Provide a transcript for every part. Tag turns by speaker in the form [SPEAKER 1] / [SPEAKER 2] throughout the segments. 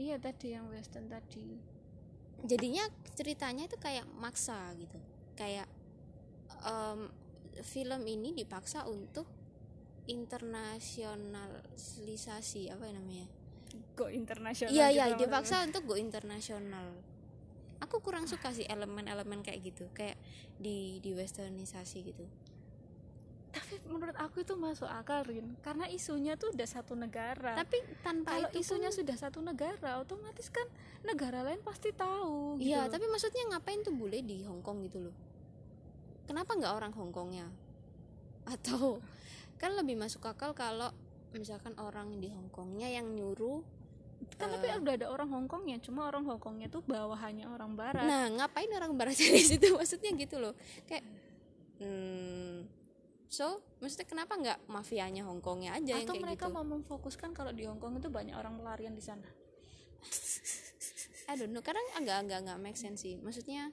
[SPEAKER 1] Iya, tadi yang western tadi
[SPEAKER 2] jadinya ceritanya itu kayak maksa gitu kayak em, film ini dipaksa untuk internasionalisasi apa ya namanya
[SPEAKER 1] go internasional
[SPEAKER 2] iya
[SPEAKER 1] gitu
[SPEAKER 2] iya
[SPEAKER 1] maksudnya.
[SPEAKER 2] dipaksa untuk go internasional aku kurang suka sih elemen-elemen kayak gitu kayak di di westernisasi gitu
[SPEAKER 1] tapi menurut aku itu masuk akal Rin karena isunya tuh udah satu negara
[SPEAKER 2] tapi tanpa
[SPEAKER 1] Iya. kalau
[SPEAKER 2] itu
[SPEAKER 1] isunya
[SPEAKER 2] pun-
[SPEAKER 1] sudah satu negara otomatis kan negara lain pasti tahu gitu
[SPEAKER 2] iya
[SPEAKER 1] loh.
[SPEAKER 2] tapi maksudnya ngapain tuh bule di Hong Kong gitu loh kenapa nggak orang Hong Kongnya atau kan lebih masuk akal kalau misalkan orang di Hong Kongnya yang nyuruh
[SPEAKER 1] kan tapi udah ada orang Hongkongnya cuma orang Hongkongnya tuh bawahannya orang barat
[SPEAKER 2] nah ngapain orang barat dari situ maksudnya gitu loh kayak hmm, so maksudnya kenapa nggak mafianya Hong Kongnya aja yang
[SPEAKER 1] atau
[SPEAKER 2] kayak
[SPEAKER 1] mereka mau
[SPEAKER 2] gitu
[SPEAKER 1] memfokuskan kalau di Hongkong itu banyak orang pelarian di sana
[SPEAKER 2] I don't know kadang agak agak nggak make sense sih maksudnya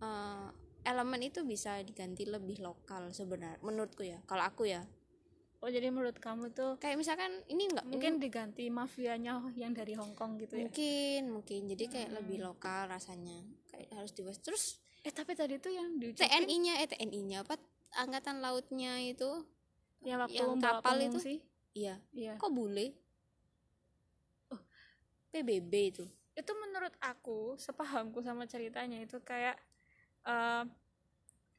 [SPEAKER 2] eh, elemen itu bisa diganti lebih lokal sebenarnya menurutku ya kalau aku ya
[SPEAKER 1] oh jadi menurut kamu tuh
[SPEAKER 2] kayak misalkan ini nggak
[SPEAKER 1] mungkin diganti mafianya yang dari Hongkong gitu ya
[SPEAKER 2] mungkin mungkin jadi kayak lebih
[SPEAKER 1] Hmm.
[SPEAKER 2] lokal rasanya kayak harus di terus
[SPEAKER 1] eh tapi kan tadi tuh yang di
[SPEAKER 2] TNI-nya eh TNI-nya apa angkatan lautnya itu
[SPEAKER 1] ya waktu
[SPEAKER 2] yang
[SPEAKER 1] membawa
[SPEAKER 2] kapal itu?
[SPEAKER 1] pengungsi.
[SPEAKER 2] iya
[SPEAKER 1] iya
[SPEAKER 2] kok bule Oh, PBB itu
[SPEAKER 1] itu menurut aku sepahamku sama ceritanya itu kayak eh,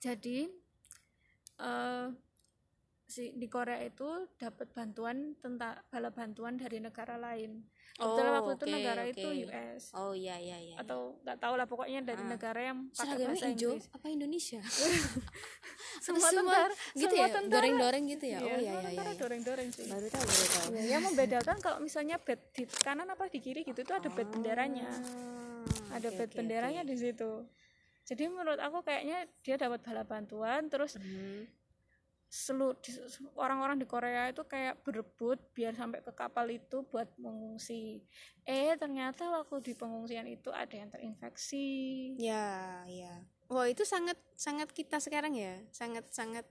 [SPEAKER 1] jadi eh, si di Korea itu dapat bantuan tentang bala bantuan dari negara lain kebetulan waktu itu
[SPEAKER 2] Oh, oke,
[SPEAKER 1] negara itu
[SPEAKER 2] oke.
[SPEAKER 1] US
[SPEAKER 2] oh iya iya iya
[SPEAKER 1] atau nggak tahu lah pokoknya dari
[SPEAKER 2] Ah.
[SPEAKER 1] negara yang pakai
[SPEAKER 2] seragamnya
[SPEAKER 1] bahasa
[SPEAKER 2] hijau
[SPEAKER 1] Inggris
[SPEAKER 2] apa Indonesia
[SPEAKER 1] semua
[SPEAKER 2] Atau
[SPEAKER 1] tentara
[SPEAKER 2] gitu
[SPEAKER 1] semua
[SPEAKER 2] ya
[SPEAKER 1] tentara.
[SPEAKER 2] goreng-goreng gitu ya oh iya
[SPEAKER 1] semua
[SPEAKER 2] iya iya
[SPEAKER 1] tentara doreng-doreng sih
[SPEAKER 2] baru tahu baru tahu
[SPEAKER 1] Ya, yang membedakan kalau misalnya bed di kanan apa di kiri gitu itu ada bed benderanya
[SPEAKER 2] Ah,
[SPEAKER 1] ada
[SPEAKER 2] oke,
[SPEAKER 1] bed
[SPEAKER 2] oke,
[SPEAKER 1] benderanya di
[SPEAKER 2] oke.
[SPEAKER 1] situ jadi menurut aku kayaknya dia dapat bala bantuan terus
[SPEAKER 2] Hmm.
[SPEAKER 1] selu di- orang-orang di Korea itu kayak berebut biar sampai ke kapal itu buat mengungsi eh ternyata waktu di pengungsian itu ada yang terinfeksi
[SPEAKER 2] ya ya wah itu sangat sangat kita sekarang ya sangat sangat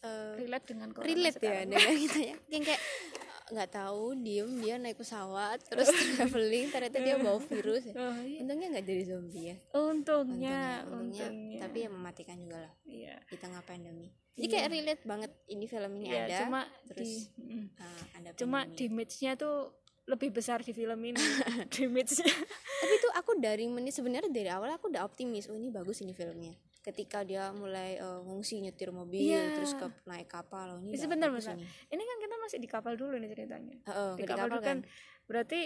[SPEAKER 2] eh,
[SPEAKER 1] relate dengan Korea
[SPEAKER 2] relate ya
[SPEAKER 1] sekarang.
[SPEAKER 2] dengan kita ya yang kayak eh, nggak tahu diem dia naik pesawat terus traveling ternyata dia bawa virus ya.
[SPEAKER 1] Oh, iya.
[SPEAKER 2] untungnya nggak jadi zombie ya
[SPEAKER 1] untungnya untungnya,
[SPEAKER 2] tapi ya mematikan juga lah
[SPEAKER 1] iya
[SPEAKER 2] di tengah pandemi jadi kayak relate banget ini film ini
[SPEAKER 1] Iya,
[SPEAKER 2] ada
[SPEAKER 1] cuma
[SPEAKER 2] terus
[SPEAKER 1] di mm.
[SPEAKER 2] eh, ada
[SPEAKER 1] cuma
[SPEAKER 2] pandemi.
[SPEAKER 1] damage-nya tuh lebih besar di film ini damage-nya
[SPEAKER 2] tapi tuh aku dari menit sebenarnya dari awal aku udah optimis oh ini bagus ini filmnya ketika dia mulai eh, ngungsi nyetir mobil
[SPEAKER 1] Iya.
[SPEAKER 2] terus ke naik kapal oh, ini
[SPEAKER 1] Itu
[SPEAKER 2] udah
[SPEAKER 1] bener,
[SPEAKER 2] bagus
[SPEAKER 1] bener.
[SPEAKER 2] ini.
[SPEAKER 1] ini kan kita masih di kapal dulu nih ceritanya
[SPEAKER 2] Heeh,
[SPEAKER 1] di
[SPEAKER 2] ke
[SPEAKER 1] kapal, dulu kan, berarti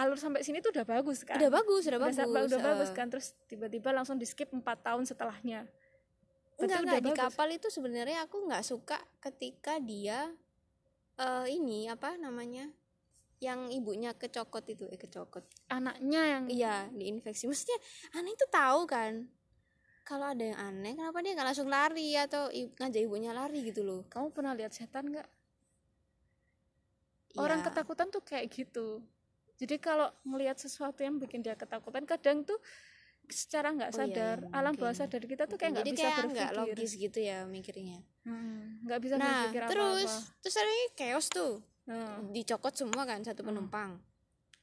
[SPEAKER 1] alur sampai sini tuh udah bagus kan
[SPEAKER 2] udah bagus
[SPEAKER 1] Udah
[SPEAKER 2] udah bagus
[SPEAKER 1] sa- udah
[SPEAKER 2] eh.
[SPEAKER 1] bagus kan terus tiba-tiba langsung di skip 4 tahun setelahnya Berarti
[SPEAKER 2] enggak
[SPEAKER 1] udah
[SPEAKER 2] enggak di
[SPEAKER 1] bagus.
[SPEAKER 2] kapal itu sebenarnya aku nggak suka ketika dia eh ini apa namanya yang ibunya kecokot itu eh kecokot
[SPEAKER 1] anaknya yang
[SPEAKER 2] iya diinfeksi maksudnya aneh itu tahu kan kalau ada yang aneh kenapa dia nggak langsung lari atau i- ngajak ibunya lari gitu loh
[SPEAKER 1] kamu pernah lihat setan nggak orang
[SPEAKER 2] Iya.
[SPEAKER 1] ketakutan tuh kayak gitu jadi kalau melihat sesuatu yang bikin dia ketakutan kadang tuh secara nggak
[SPEAKER 2] Oh, iya,
[SPEAKER 1] sadar
[SPEAKER 2] iya,
[SPEAKER 1] alam
[SPEAKER 2] mungkin.
[SPEAKER 1] bawah sadar kita tuh kayak nggak
[SPEAKER 2] Hmm, jadi
[SPEAKER 1] bisa
[SPEAKER 2] kayak nggak
[SPEAKER 1] berpikir
[SPEAKER 2] logis gitu ya mikirnya
[SPEAKER 1] Hmm, nggak bisa
[SPEAKER 2] nah
[SPEAKER 1] berpikir
[SPEAKER 2] terus
[SPEAKER 1] apa-apa
[SPEAKER 2] terus ada yang chaos tuh
[SPEAKER 1] Nah,
[SPEAKER 2] dicokot semua kan satu
[SPEAKER 1] Hmm.
[SPEAKER 2] penumpang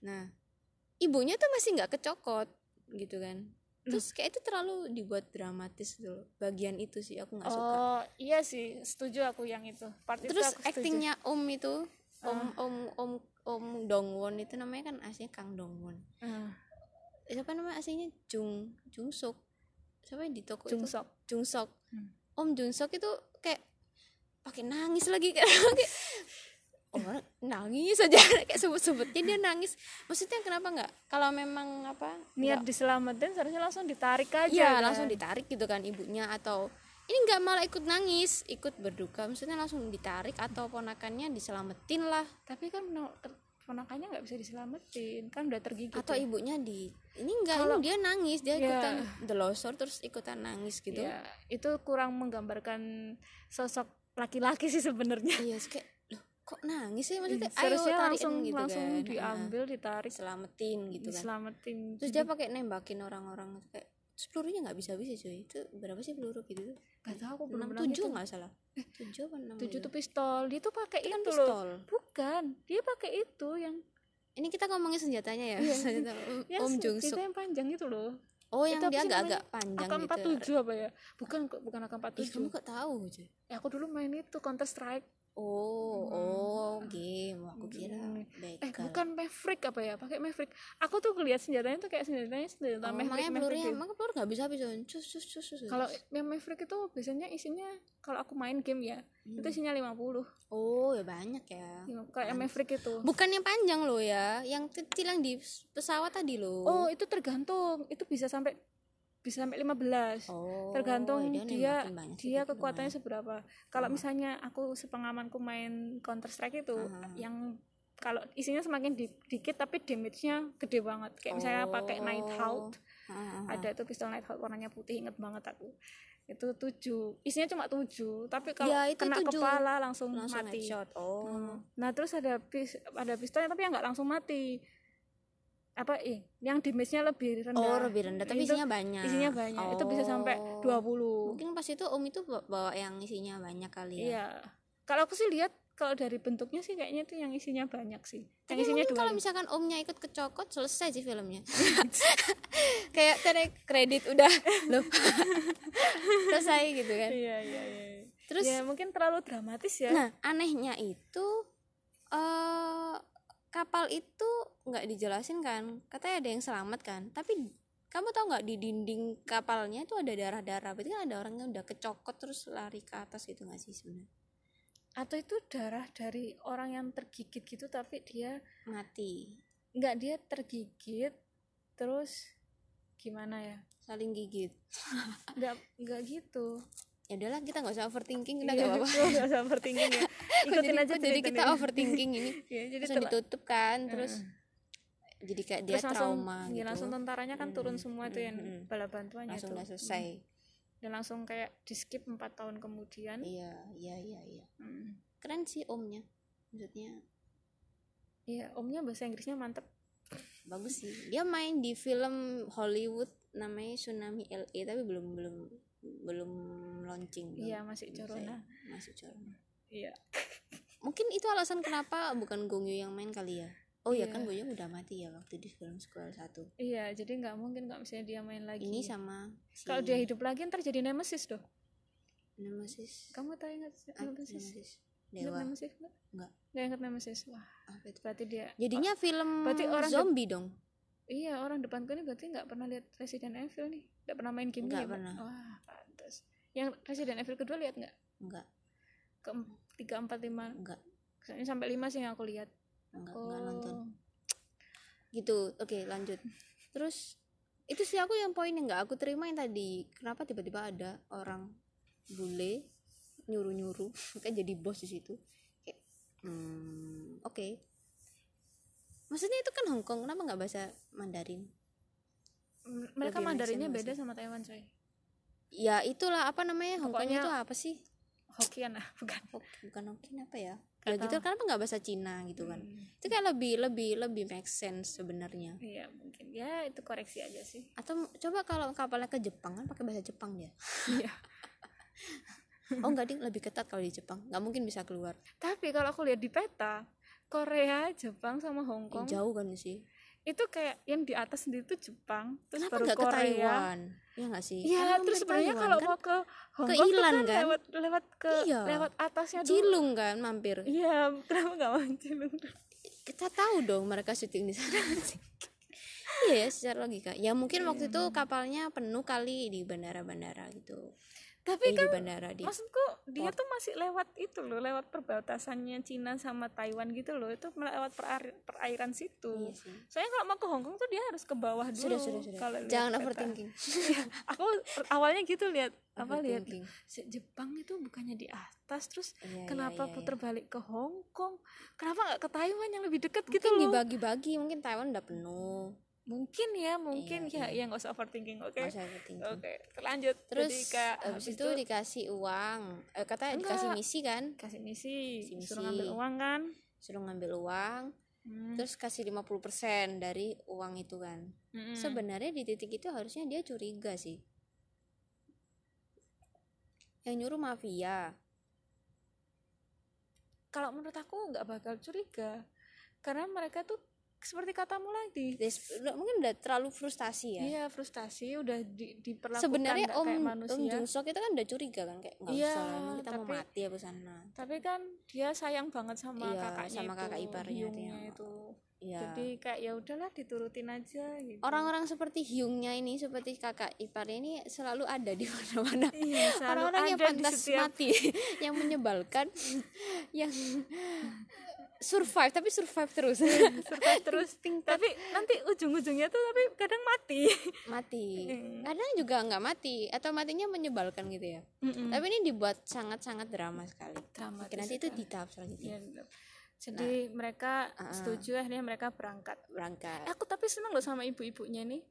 [SPEAKER 2] nah ibunya tuh masih nggak kecokot gitu kan
[SPEAKER 1] Hmm.
[SPEAKER 2] terus kayak itu terlalu dibuat dramatis tuh bagian itu sih aku nggak suka
[SPEAKER 1] oh iya sih setuju aku yang itu part itu
[SPEAKER 2] terus
[SPEAKER 1] aku setuju. Ah.
[SPEAKER 2] aktingnya om itu om om om om Dongwon itu namanya kan aslinya Kang Dongwon
[SPEAKER 1] Hmm,
[SPEAKER 2] siapa nama aslinya Jung Jung Sok siapa yang di toko
[SPEAKER 1] Jung
[SPEAKER 2] itu
[SPEAKER 1] Sok
[SPEAKER 2] Jung Sok
[SPEAKER 1] Hmm.
[SPEAKER 2] Om Jung Sok itu kayak pakai nangis lagi kayak orang nangis aja kayak sebut-sebutnya dia nangis maksudnya kenapa nggak kalau memang apa
[SPEAKER 1] niat diselamatin seharusnya langsung ditarik aja kan?
[SPEAKER 2] Iya langsung ditarik gitu kan ibunya atau ini nggak malah ikut nangis ikut berduka maksudnya langsung ditarik atau ponakannya diselamatin lah
[SPEAKER 1] tapi kan no- ter- ponakannya nggak bisa diselamatin kan udah tergigit
[SPEAKER 2] atau
[SPEAKER 1] ya.
[SPEAKER 2] ibunya di gitu. ini enggak
[SPEAKER 1] Kalau-
[SPEAKER 2] ini dia nangis
[SPEAKER 1] Iya.
[SPEAKER 2] dia ikutan delosor terus ikutan nangis gitu
[SPEAKER 1] Iya, itu kurang menggambarkan sosok laki-laki sih sebenarnya
[SPEAKER 2] iya sih kayak loh kok nangis sih maksudnya
[SPEAKER 1] Iya,
[SPEAKER 2] ayo
[SPEAKER 1] seharusnya
[SPEAKER 2] tarikin
[SPEAKER 1] langsung
[SPEAKER 2] gitu
[SPEAKER 1] langsung
[SPEAKER 2] kan
[SPEAKER 1] diambil ditarik
[SPEAKER 2] Ah, selamatin gitu kan
[SPEAKER 1] diselamatin
[SPEAKER 2] terus dia pakai nembakin orang-orang kayak terus pelurunya nggak bisa bisa cuy itu berapa sih peluru gitu
[SPEAKER 1] gak tahu aku belum
[SPEAKER 2] enam
[SPEAKER 1] pernah
[SPEAKER 2] tujuh
[SPEAKER 1] ngitung. Eh,
[SPEAKER 2] nggak salah tujuh apa enam
[SPEAKER 1] tujuh
[SPEAKER 2] gitu?
[SPEAKER 1] tuh pistol dia tuh pakai
[SPEAKER 2] itu
[SPEAKER 1] itu,
[SPEAKER 2] kan
[SPEAKER 1] loh
[SPEAKER 2] pistol
[SPEAKER 1] bukan dia pakai itu yang
[SPEAKER 2] ini kita ngomongin senjatanya ya,
[SPEAKER 1] Iya.
[SPEAKER 2] senjata
[SPEAKER 1] Ya,
[SPEAKER 2] Om
[SPEAKER 1] se-
[SPEAKER 2] Jung
[SPEAKER 1] cerita
[SPEAKER 2] Suk
[SPEAKER 1] yang panjang itu loh.
[SPEAKER 2] oh yang
[SPEAKER 1] itu apa
[SPEAKER 2] dia
[SPEAKER 1] sih
[SPEAKER 2] agak-agak panjang gitu
[SPEAKER 1] AK47 apa ya? Bukan kok, bukan
[SPEAKER 2] Ih, kamu
[SPEAKER 1] AK47.
[SPEAKER 2] kok tahu Ju?
[SPEAKER 1] Ya, aku dulu main itu Counter Strike.
[SPEAKER 2] oh
[SPEAKER 1] Hmm.
[SPEAKER 2] oh game aku kira
[SPEAKER 1] Hmm. Eh,
[SPEAKER 2] begal.
[SPEAKER 1] bukan Maverick apa ya? Pakai Maverick. Aku tuh lihat senjatanya tuh kayak senjatanya senjata
[SPEAKER 2] Oh,
[SPEAKER 1] Maverick.
[SPEAKER 2] makanya
[SPEAKER 1] Maverick
[SPEAKER 2] pelurunya
[SPEAKER 1] gitu.
[SPEAKER 2] emang pelur nggak bisa habis Jun. cus cus cus cus, cus.
[SPEAKER 1] Kalau yang Maverick itu biasanya isinya kalau aku main game ya,
[SPEAKER 2] Hmm.
[SPEAKER 1] itu isinya 50.
[SPEAKER 2] oh ya banyak ya
[SPEAKER 1] Lima- Kayak yang Maverick itu.
[SPEAKER 2] bukan yang panjang loh ya yang kecil yang di pesawat tadi loh
[SPEAKER 1] Oh, itu tergantung. Itu bisa sampai bisa sampai 15.
[SPEAKER 2] Oh, gitu.
[SPEAKER 1] tergantung
[SPEAKER 2] ya
[SPEAKER 1] dia
[SPEAKER 2] nembakin banyak sih
[SPEAKER 1] dia
[SPEAKER 2] berarti
[SPEAKER 1] kekuatannya
[SPEAKER 2] lumayan.
[SPEAKER 1] seberapa kalau
[SPEAKER 2] Ah.
[SPEAKER 1] misalnya aku sepengamanku main counter strike itu
[SPEAKER 2] Ah.
[SPEAKER 1] yang kalau isinya semakin di- dikit tapi damage-nya gede banget kayak misalnya pakai night
[SPEAKER 2] Oh.
[SPEAKER 1] hawk
[SPEAKER 2] Ah, ah, ah.
[SPEAKER 1] ada tuh pistol night hawk warnanya putih inget banget aku itu tujuh isinya cuma tujuh tapi kalau
[SPEAKER 2] Ya, itu
[SPEAKER 1] kena
[SPEAKER 2] tujuh.
[SPEAKER 1] kepala langsung,
[SPEAKER 2] langsung
[SPEAKER 1] mati
[SPEAKER 2] headshot oh
[SPEAKER 1] Hmm. nah terus ada pis ada pistolnya tapi yang nggak langsung mati apa eh, yang damage-nya lebih rendah
[SPEAKER 2] oh lebih rendah tapi
[SPEAKER 1] Itu-
[SPEAKER 2] isinya banyak
[SPEAKER 1] isinya banyak itu bisa sampai
[SPEAKER 2] Oh.
[SPEAKER 1] 20
[SPEAKER 2] mungkin pas itu om itu bawa- bawa yang isinya banyak kali ya
[SPEAKER 1] iya kalau aku sih lihat kalau dari bentuknya sih kayaknya itu yang isinya banyak sih yang
[SPEAKER 2] tapi
[SPEAKER 1] isinya
[SPEAKER 2] mungkin kalau
[SPEAKER 1] dua
[SPEAKER 2] misalkan omnya ikut kecokot selesai sih filmnya kayak kredit kredit udah loh selesai gitu kan
[SPEAKER 1] iya iya iya
[SPEAKER 2] terus
[SPEAKER 1] ya mungkin terlalu dramatis ya
[SPEAKER 2] Nah, anehnya itu eh kapal itu nggak dijelasin kan. Katanya ada yang selamat kan. Tapi kamu tahu nggak di dinding kapalnya itu ada darah-darah. Berarti kan ada orang yang udah kecokot terus lari ke atas gitu nggak sih sebenarnya?
[SPEAKER 1] atau itu darah dari orang yang tergigit gitu tapi dia
[SPEAKER 2] Mati,
[SPEAKER 1] nggak dia tergigit terus gimana ya
[SPEAKER 2] saling gigit.
[SPEAKER 1] nggak nggak gitu
[SPEAKER 2] Ya udahlah kita nggak usah overthinking, kita
[SPEAKER 1] Iya,
[SPEAKER 2] nggak apa-apa.
[SPEAKER 1] betul, nggak usah overthinking ya
[SPEAKER 2] Kok
[SPEAKER 1] ikutin
[SPEAKER 2] jadi,
[SPEAKER 1] aja
[SPEAKER 2] kok jadi
[SPEAKER 1] cerita
[SPEAKER 2] kita
[SPEAKER 1] dari-
[SPEAKER 2] overthinking ini.
[SPEAKER 1] Iya, jadi
[SPEAKER 2] Terus
[SPEAKER 1] tela-
[SPEAKER 2] ditutup kan, terus
[SPEAKER 1] Mm-mm.
[SPEAKER 2] jadi kayak dia
[SPEAKER 1] terus langsung
[SPEAKER 2] trauma
[SPEAKER 1] iya,
[SPEAKER 2] gitu.
[SPEAKER 1] langsung tentaranya kan turun
[SPEAKER 2] Mm,
[SPEAKER 1] semua tuh yang
[SPEAKER 2] mm-mm.
[SPEAKER 1] bala bantuannya
[SPEAKER 2] Langsung
[SPEAKER 1] tuh.
[SPEAKER 2] udah selesai.
[SPEAKER 1] dan langsung kayak di skip empat tahun kemudian
[SPEAKER 2] Iya, iya, iya, iya.
[SPEAKER 1] Mm.
[SPEAKER 2] keren sih omnya maksudnya
[SPEAKER 1] iya omnya bahasa Inggrisnya mantep
[SPEAKER 2] bagus sih dia main di film Hollywood namanya Tsunami LA tapi belum belum belum launching belum
[SPEAKER 1] iya masih
[SPEAKER 2] selesai.
[SPEAKER 1] corona
[SPEAKER 2] masih corona
[SPEAKER 1] iya
[SPEAKER 2] mungkin itu alasan kenapa bukan Gong Yoo yang main kali ya oh ya
[SPEAKER 1] Iya.
[SPEAKER 2] kan Gong Yoo udah mati ya waktu di film Squirrel satu
[SPEAKER 1] iya jadi nggak mungkin kalau misalnya dia main lagi
[SPEAKER 2] ini sama si
[SPEAKER 1] kalau dia hidup lagi ntar jadi nemesis doh
[SPEAKER 2] Nemesis
[SPEAKER 1] kamu tahu ingat
[SPEAKER 2] Ah,
[SPEAKER 1] nemesis
[SPEAKER 2] Nemesis
[SPEAKER 1] Ingat
[SPEAKER 2] Dewa
[SPEAKER 1] nemesis nggak
[SPEAKER 2] Nggak.
[SPEAKER 1] nggak ingat nemesis wah
[SPEAKER 2] apa itu
[SPEAKER 1] berarti dia
[SPEAKER 2] jadinya film
[SPEAKER 1] berarti orang
[SPEAKER 2] zombie dong
[SPEAKER 1] iya orang depanku ini berarti nggak pernah lihat Resident Evil nih nggak pernah main game
[SPEAKER 2] Nggak
[SPEAKER 1] ya, Mbak?
[SPEAKER 2] pernah.
[SPEAKER 1] wah pantas yang Resident Evil kedua lihat nggak
[SPEAKER 2] enggak
[SPEAKER 1] ke tiga empat lima
[SPEAKER 2] enggak
[SPEAKER 1] Soalnya sampai lima sih yang aku lihat
[SPEAKER 2] enggak enggak nonton
[SPEAKER 1] oh
[SPEAKER 2] gitu oke lanjut terus itu sih aku yang poin yang nggak aku terima yang tadi kenapa tiba-tiba ada orang bule nyuruh nyuruh kan jadi bos di situ kayak hmm, oke maksudnya itu kan Hongkong kenapa nggak bahasa Mandarin
[SPEAKER 1] M- mereka
[SPEAKER 2] Lebih make
[SPEAKER 1] Mandarinnya
[SPEAKER 2] sense
[SPEAKER 1] beda sama Taiwan coy
[SPEAKER 2] ya itulah apa namanya Hongkong
[SPEAKER 1] Pokoknya-
[SPEAKER 2] itu apa sih
[SPEAKER 1] Hokian ah bukan
[SPEAKER 2] Hok- bukan Hongkong apa ya
[SPEAKER 1] Nggak
[SPEAKER 2] ya gitu
[SPEAKER 1] tahu.
[SPEAKER 2] kenapa nggak bahasa Cina gitu kan
[SPEAKER 1] Hmm.
[SPEAKER 2] itu kayak lebih lebih lebih make sense sebenarnya
[SPEAKER 1] Iya mungkin ya itu koreksi aja sih.
[SPEAKER 2] atau coba kalau kapalnya ke Jepang kan pakai bahasa Jepang dia
[SPEAKER 1] Iya.
[SPEAKER 2] oh enggak ding lebih ketat kalau di Jepang nggak mungkin bisa keluar
[SPEAKER 1] Tapi kalau aku lihat di peta Korea, Jepang sama Hong
[SPEAKER 2] Eh,
[SPEAKER 1] Kong
[SPEAKER 2] jauh kan sih
[SPEAKER 1] itu kayak yang di atas sendiri itu Jepang, terus
[SPEAKER 2] kenapa
[SPEAKER 1] baru
[SPEAKER 2] nggak ke
[SPEAKER 1] Korea.
[SPEAKER 2] Taiwan ya nggak sih
[SPEAKER 1] Iya,
[SPEAKER 2] Kan hampir
[SPEAKER 1] terus sebenarnya
[SPEAKER 2] Taiwan,
[SPEAKER 1] kalau
[SPEAKER 2] kan
[SPEAKER 1] mau ke Hong
[SPEAKER 2] ke
[SPEAKER 1] Kong tuh
[SPEAKER 2] Ilan,
[SPEAKER 1] kan,
[SPEAKER 2] kan?
[SPEAKER 1] lewat lewat ke
[SPEAKER 2] Iya.
[SPEAKER 1] lewat atasnya dulu.
[SPEAKER 2] Cilung kan mampir
[SPEAKER 1] Iya, kenapa nggak mau Cilung?
[SPEAKER 2] kita tahu dong mereka syuting di sana iya ya secara logika ya mungkin waktu itu
[SPEAKER 1] Iya.
[SPEAKER 2] kapalnya penuh kali di bandara-bandara gitu
[SPEAKER 1] Tapi
[SPEAKER 2] Eh,
[SPEAKER 1] kan
[SPEAKER 2] di bandara di
[SPEAKER 1] maksudku dia tuh masih lewat itu loh, lewat perbatasannya Cina sama Taiwan gitu loh. Itu melewat perair- perairan situ.
[SPEAKER 2] Iya sih.
[SPEAKER 1] Soalnya kalau mau ke Hong Kong tuh dia harus ke bawah dulu.
[SPEAKER 2] sudah sudah sudah
[SPEAKER 1] kalau lihat
[SPEAKER 2] jangan
[SPEAKER 1] peta.
[SPEAKER 2] overthinking
[SPEAKER 1] Iya, aku awalnya gitu lihat apa lihat
[SPEAKER 2] Overthinking.
[SPEAKER 1] se- Jepang itu bukannya di atas terus
[SPEAKER 2] Iya, iya,
[SPEAKER 1] kenapa
[SPEAKER 2] iya, iya.
[SPEAKER 1] puter balik ke Hong Kong kenapa nggak ke Taiwan yang lebih dekat gitu
[SPEAKER 2] mungkin
[SPEAKER 1] loh
[SPEAKER 2] dibagi-bagi mungkin Taiwan udah penuh
[SPEAKER 1] mungkin ya mungkin ya
[SPEAKER 2] Iya,
[SPEAKER 1] ya nggak usah overthinking oke
[SPEAKER 2] nggak
[SPEAKER 1] oke
[SPEAKER 2] usah overthinking
[SPEAKER 1] terlanjut
[SPEAKER 2] terus
[SPEAKER 1] Jadi, Kak,
[SPEAKER 2] habis itu, dikasih uang eh, katanya
[SPEAKER 1] Enggak.
[SPEAKER 2] dikasih misi kan
[SPEAKER 1] kasih misi,
[SPEAKER 2] Kasih
[SPEAKER 1] suruh
[SPEAKER 2] misi.
[SPEAKER 1] ngambil uang kan
[SPEAKER 2] suruh ngambil uang
[SPEAKER 1] Hmm,
[SPEAKER 2] terus kasih 50% dari uang itu kan
[SPEAKER 1] mm-mm.
[SPEAKER 2] sebenarnya di titik itu harusnya dia curiga sih yang nyuruh mafia
[SPEAKER 1] kalau menurut aku nggak bakal curiga karena mereka tuh seperti katamu lagi
[SPEAKER 2] Des- udah- mungkin udah terlalu frustasi ya
[SPEAKER 1] iya frustasi udah di, diperlakukan
[SPEAKER 2] sebenarnya
[SPEAKER 1] nggak
[SPEAKER 2] om
[SPEAKER 1] kayak
[SPEAKER 2] om
[SPEAKER 1] manusia
[SPEAKER 2] Jung Suk itu kan udah curiga kan kayak nggak
[SPEAKER 1] Iya,
[SPEAKER 2] usah lah, emang kita mau
[SPEAKER 1] tapi-
[SPEAKER 2] mati ya sana
[SPEAKER 1] tapi kan dia sayang banget sama
[SPEAKER 2] Iya,
[SPEAKER 1] kakaknya
[SPEAKER 2] sama
[SPEAKER 1] itu,
[SPEAKER 2] kakak iparnya dia.
[SPEAKER 1] Hyungnya itu
[SPEAKER 2] Iya.
[SPEAKER 1] jadi kayak ya udahlah diturutin aja gitu
[SPEAKER 2] orang-orang seperti Hyungnya ini seperti kakak iparnya ini selalu ada di mana-mana
[SPEAKER 1] Iya, selalu
[SPEAKER 2] orang-orang yang
[SPEAKER 1] ada di
[SPEAKER 2] pantas
[SPEAKER 1] setiap-
[SPEAKER 2] mati yang menyebalkan yang survive tapi survive terus
[SPEAKER 1] Iya, survive terus tapi nanti ujung-ujungnya tuh tapi kadang mati
[SPEAKER 2] mati
[SPEAKER 1] Iya.
[SPEAKER 2] kadang juga nggak mati atau matinya menyebalkan gitu ya
[SPEAKER 1] Mm-mm.
[SPEAKER 2] tapi ini dibuat sangat-sangat drama sekali
[SPEAKER 1] Dramatis
[SPEAKER 2] Oke, nanti itu di tahap selanjutnya
[SPEAKER 1] Iya, Nah, bener. jadi mereka setuju akhirnya mereka berangkat
[SPEAKER 2] berangkat
[SPEAKER 1] Eh, aku tapi seneng loh sama ibu-ibunya nih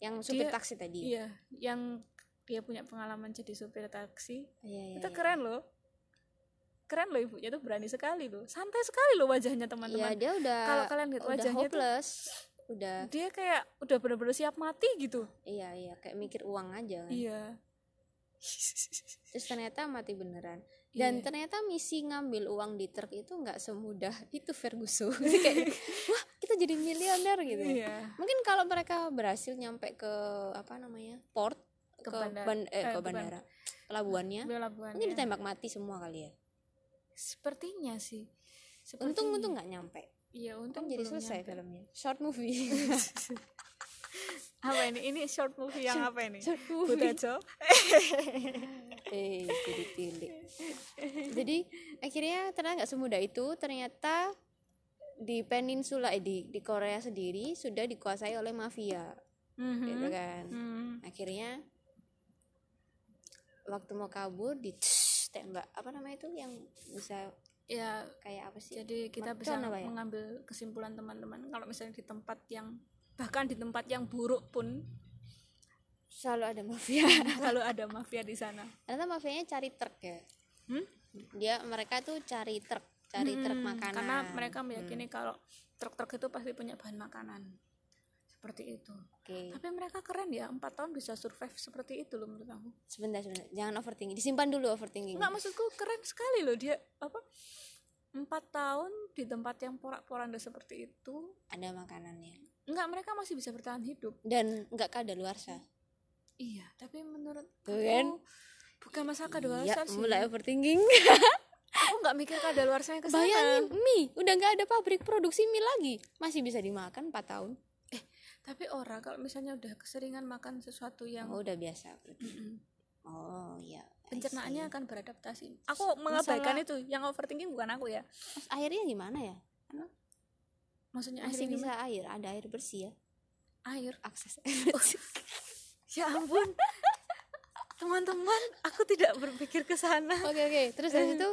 [SPEAKER 2] yang supir
[SPEAKER 1] dia-
[SPEAKER 2] taksi tadi
[SPEAKER 1] iya yang dia punya pengalaman jadi supir taksi
[SPEAKER 2] Iya, iya,
[SPEAKER 1] itu
[SPEAKER 2] iya.
[SPEAKER 1] keren loh keren loh ibunya tuh berani sekali loh santai sekali loh wajahnya
[SPEAKER 2] Iya,
[SPEAKER 1] teman-teman
[SPEAKER 2] dia udah
[SPEAKER 1] Kalau kalian lihat
[SPEAKER 2] udah
[SPEAKER 1] wajahnya tuh-
[SPEAKER 2] hopeless, udah
[SPEAKER 1] dia kayak udah bener-bener siap mati gitu
[SPEAKER 2] iya iya kayak mikir uang aja kan.
[SPEAKER 1] iya
[SPEAKER 2] Terus ternyata mati beneran. Dan
[SPEAKER 1] Iya.
[SPEAKER 2] ternyata misi ngambil uang di truk itu nggak semudah itu Ferguson. Jadi kayak wah, kita jadi miliuner gitu.
[SPEAKER 1] iya
[SPEAKER 2] Mungkin kalau mereka berhasil nyampe ke apa namanya? port
[SPEAKER 1] Ke
[SPEAKER 2] ke,
[SPEAKER 1] bandar-
[SPEAKER 2] ban- eh,
[SPEAKER 1] eh,
[SPEAKER 2] ke
[SPEAKER 1] bukan.
[SPEAKER 2] bandara. Pelabuhannya.
[SPEAKER 1] Ambil labuhan
[SPEAKER 2] Mungkin
[SPEAKER 1] ya.
[SPEAKER 2] ditembak mati semua kali ya.
[SPEAKER 1] sepertinya sih Sepertinya.
[SPEAKER 2] Untung-untung nggak nyampe.
[SPEAKER 1] iya untung
[SPEAKER 2] Kan jadi
[SPEAKER 1] belum
[SPEAKER 2] selesai
[SPEAKER 1] nyampe.
[SPEAKER 2] filmnya. Short movie.
[SPEAKER 1] apa ini ini short Iya, movie yang apa ini
[SPEAKER 2] Short movie.
[SPEAKER 1] Butejo
[SPEAKER 2] eh jadi tilik jadi akhirnya ternyata nggak semudah itu ternyata di peninsula eh, di di Korea sendiri sudah dikuasai oleh mafia
[SPEAKER 1] Mm-hmm. iya,
[SPEAKER 2] gitu kan
[SPEAKER 1] Hmm.
[SPEAKER 2] akhirnya waktu mau kabur di tembak apa namanya itu yang bisa
[SPEAKER 1] ya
[SPEAKER 2] kayak apa sih
[SPEAKER 1] jadi kita
[SPEAKER 2] Mercon
[SPEAKER 1] bisa
[SPEAKER 2] apa ya?
[SPEAKER 1] mengambil kesimpulan teman-teman kalau misalnya di tempat yang bahkan di tempat yang buruk pun
[SPEAKER 2] selalu ada mafia
[SPEAKER 1] kalau ada mafia di sana
[SPEAKER 2] ternyata mafianya cari truk ya
[SPEAKER 1] Hmm?
[SPEAKER 2] dia mereka tuh cari truk cari truk
[SPEAKER 1] Hmm,
[SPEAKER 2] makanan Hmm.
[SPEAKER 1] karena mereka meyakini kalau truk-truk itu pasti punya bahan makanan seperti itu
[SPEAKER 2] Oke.
[SPEAKER 1] tapi mereka keren ya empat tahun bisa survive seperti itu loh menurut aku
[SPEAKER 2] sebentar sebentar jangan overthinking disimpan dulu overthinking
[SPEAKER 1] nggak maksudku keren sekali loh dia apa empat tahun di tempat yang porak-poranda seperti itu
[SPEAKER 2] ada makanannya
[SPEAKER 1] nggak mereka masih bisa bertahan hidup
[SPEAKER 2] dan nggak kadaluarsa
[SPEAKER 1] iya tapi menurut aku
[SPEAKER 2] Tuh kan?
[SPEAKER 1] bukan masalah
[SPEAKER 2] iya
[SPEAKER 1] kadaluarsa sih
[SPEAKER 2] mulai overthinking
[SPEAKER 1] aku nggak mikir kadaluarsanya ke sana
[SPEAKER 2] bayangin mie udah nggak ada pabrik produksi mie lagi masih bisa dimakan 4 tahun
[SPEAKER 1] Eh, tapi orang kalau misalnya udah keseringan makan sesuatu yang
[SPEAKER 2] oh udah biasa berarti.
[SPEAKER 1] Mm-mm.
[SPEAKER 2] oh iya I
[SPEAKER 1] pencernaannya
[SPEAKER 2] see.
[SPEAKER 1] akan beradaptasi aku mengabaikan itu yang overthinking bukan aku ya
[SPEAKER 2] Terus airnya gimana ya
[SPEAKER 1] maksudnya
[SPEAKER 2] masih
[SPEAKER 1] akhirnya
[SPEAKER 2] bisa air ada air bersih ya
[SPEAKER 1] air Oh.
[SPEAKER 2] akses air bersih.
[SPEAKER 1] ya ampun teman-teman aku tidak berpikir ke sana
[SPEAKER 2] oke oke terus dari situ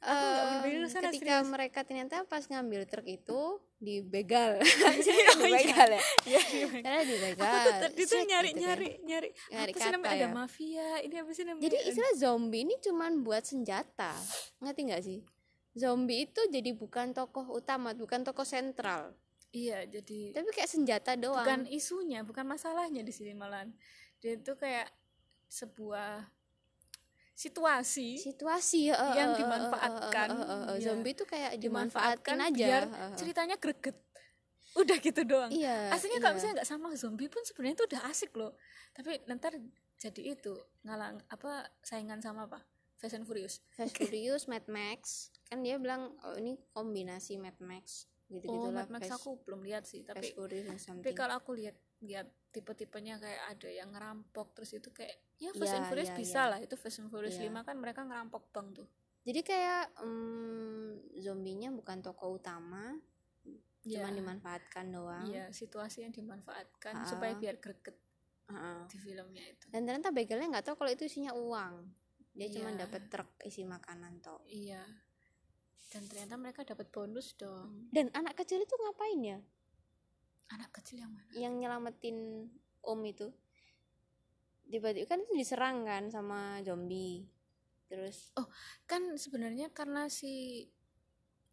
[SPEAKER 1] nggak
[SPEAKER 2] em,
[SPEAKER 1] berpikir ke sana,
[SPEAKER 2] ketika mereka ternyata pas ngambil truk itu dibegal dibegal ya karena Oh, dibegal
[SPEAKER 1] aku tuh tadi tuh
[SPEAKER 2] set gitu kan.
[SPEAKER 1] nyari nyari nyari
[SPEAKER 2] Nyari
[SPEAKER 1] apa sih namanya
[SPEAKER 2] kata
[SPEAKER 1] ada
[SPEAKER 2] ya.
[SPEAKER 1] mafia ini apa sih namanya
[SPEAKER 2] Jadi istilah zombie ini cuman buat senjata. Ngerti nggak sih? Zombie itu jadi bukan tokoh utama, bukan tokoh sentral.
[SPEAKER 1] iya jadi
[SPEAKER 2] Tapi kayak senjata doang.
[SPEAKER 1] bukan isunya bukan masalahnya di sini malahan dia itu kayak sebuah situasi
[SPEAKER 2] situasi ya, eh,
[SPEAKER 1] yang
[SPEAKER 2] eh, eh,
[SPEAKER 1] dimanfaatkan,
[SPEAKER 2] eh, eh, eh, eh,
[SPEAKER 1] iya.
[SPEAKER 2] Zombie itu kayak
[SPEAKER 1] dimanfaatkan
[SPEAKER 2] dimanfaatkan aja.
[SPEAKER 1] biar
[SPEAKER 2] eh, eh.
[SPEAKER 1] ceritanya greget udah gitu doang
[SPEAKER 2] Iya.
[SPEAKER 1] aslinya kalau
[SPEAKER 2] iya.
[SPEAKER 1] misalnya nggak sama zombie pun sebenarnya itu udah asik loh tapi nanti jadi itu ngalang apa saingan sama apa Fast and Furious
[SPEAKER 2] Fast Furious, Mad Max, kan dia bilang oh, ini kombinasi Mad Max
[SPEAKER 1] oh
[SPEAKER 2] gitu-gitu lah.
[SPEAKER 1] Mad Max aku belum lihat sih
[SPEAKER 2] Fast
[SPEAKER 1] tapi
[SPEAKER 2] Furious and something.
[SPEAKER 1] tapi kalau aku lihat lihat tipe-tipenya kayak ada yang ngerampok terus itu kayak ya Fast
[SPEAKER 2] Iya,
[SPEAKER 1] and Furious
[SPEAKER 2] iya,
[SPEAKER 1] bisa
[SPEAKER 2] iya.
[SPEAKER 1] lah itu Fast and Furious
[SPEAKER 2] Iya.
[SPEAKER 1] 5 kan mereka ngerampok bank tuh
[SPEAKER 2] Jadi kayak mm, zombinya bukan tokoh utama,
[SPEAKER 1] Iya.
[SPEAKER 2] cuman dimanfaatkan doang.
[SPEAKER 1] Iya, situasi yang dimanfaatkan
[SPEAKER 2] Ah.
[SPEAKER 1] supaya biar greget
[SPEAKER 2] Heeh.
[SPEAKER 1] di filmnya itu.
[SPEAKER 2] dan ternyata begalnya nggak tahu kalau itu isinya uang dia cuma
[SPEAKER 1] Iya.
[SPEAKER 2] dapat truk isi makanan toh
[SPEAKER 1] Iya. Dan ternyata mereka dapat bonus dong.
[SPEAKER 2] dan anak kecil itu ngapain ya
[SPEAKER 1] Anak kecil yang mana?
[SPEAKER 2] yang nyelamatin om itu tiba-tiba kan itu diserang kan sama zombie terus
[SPEAKER 1] Kan sebenarnya karena si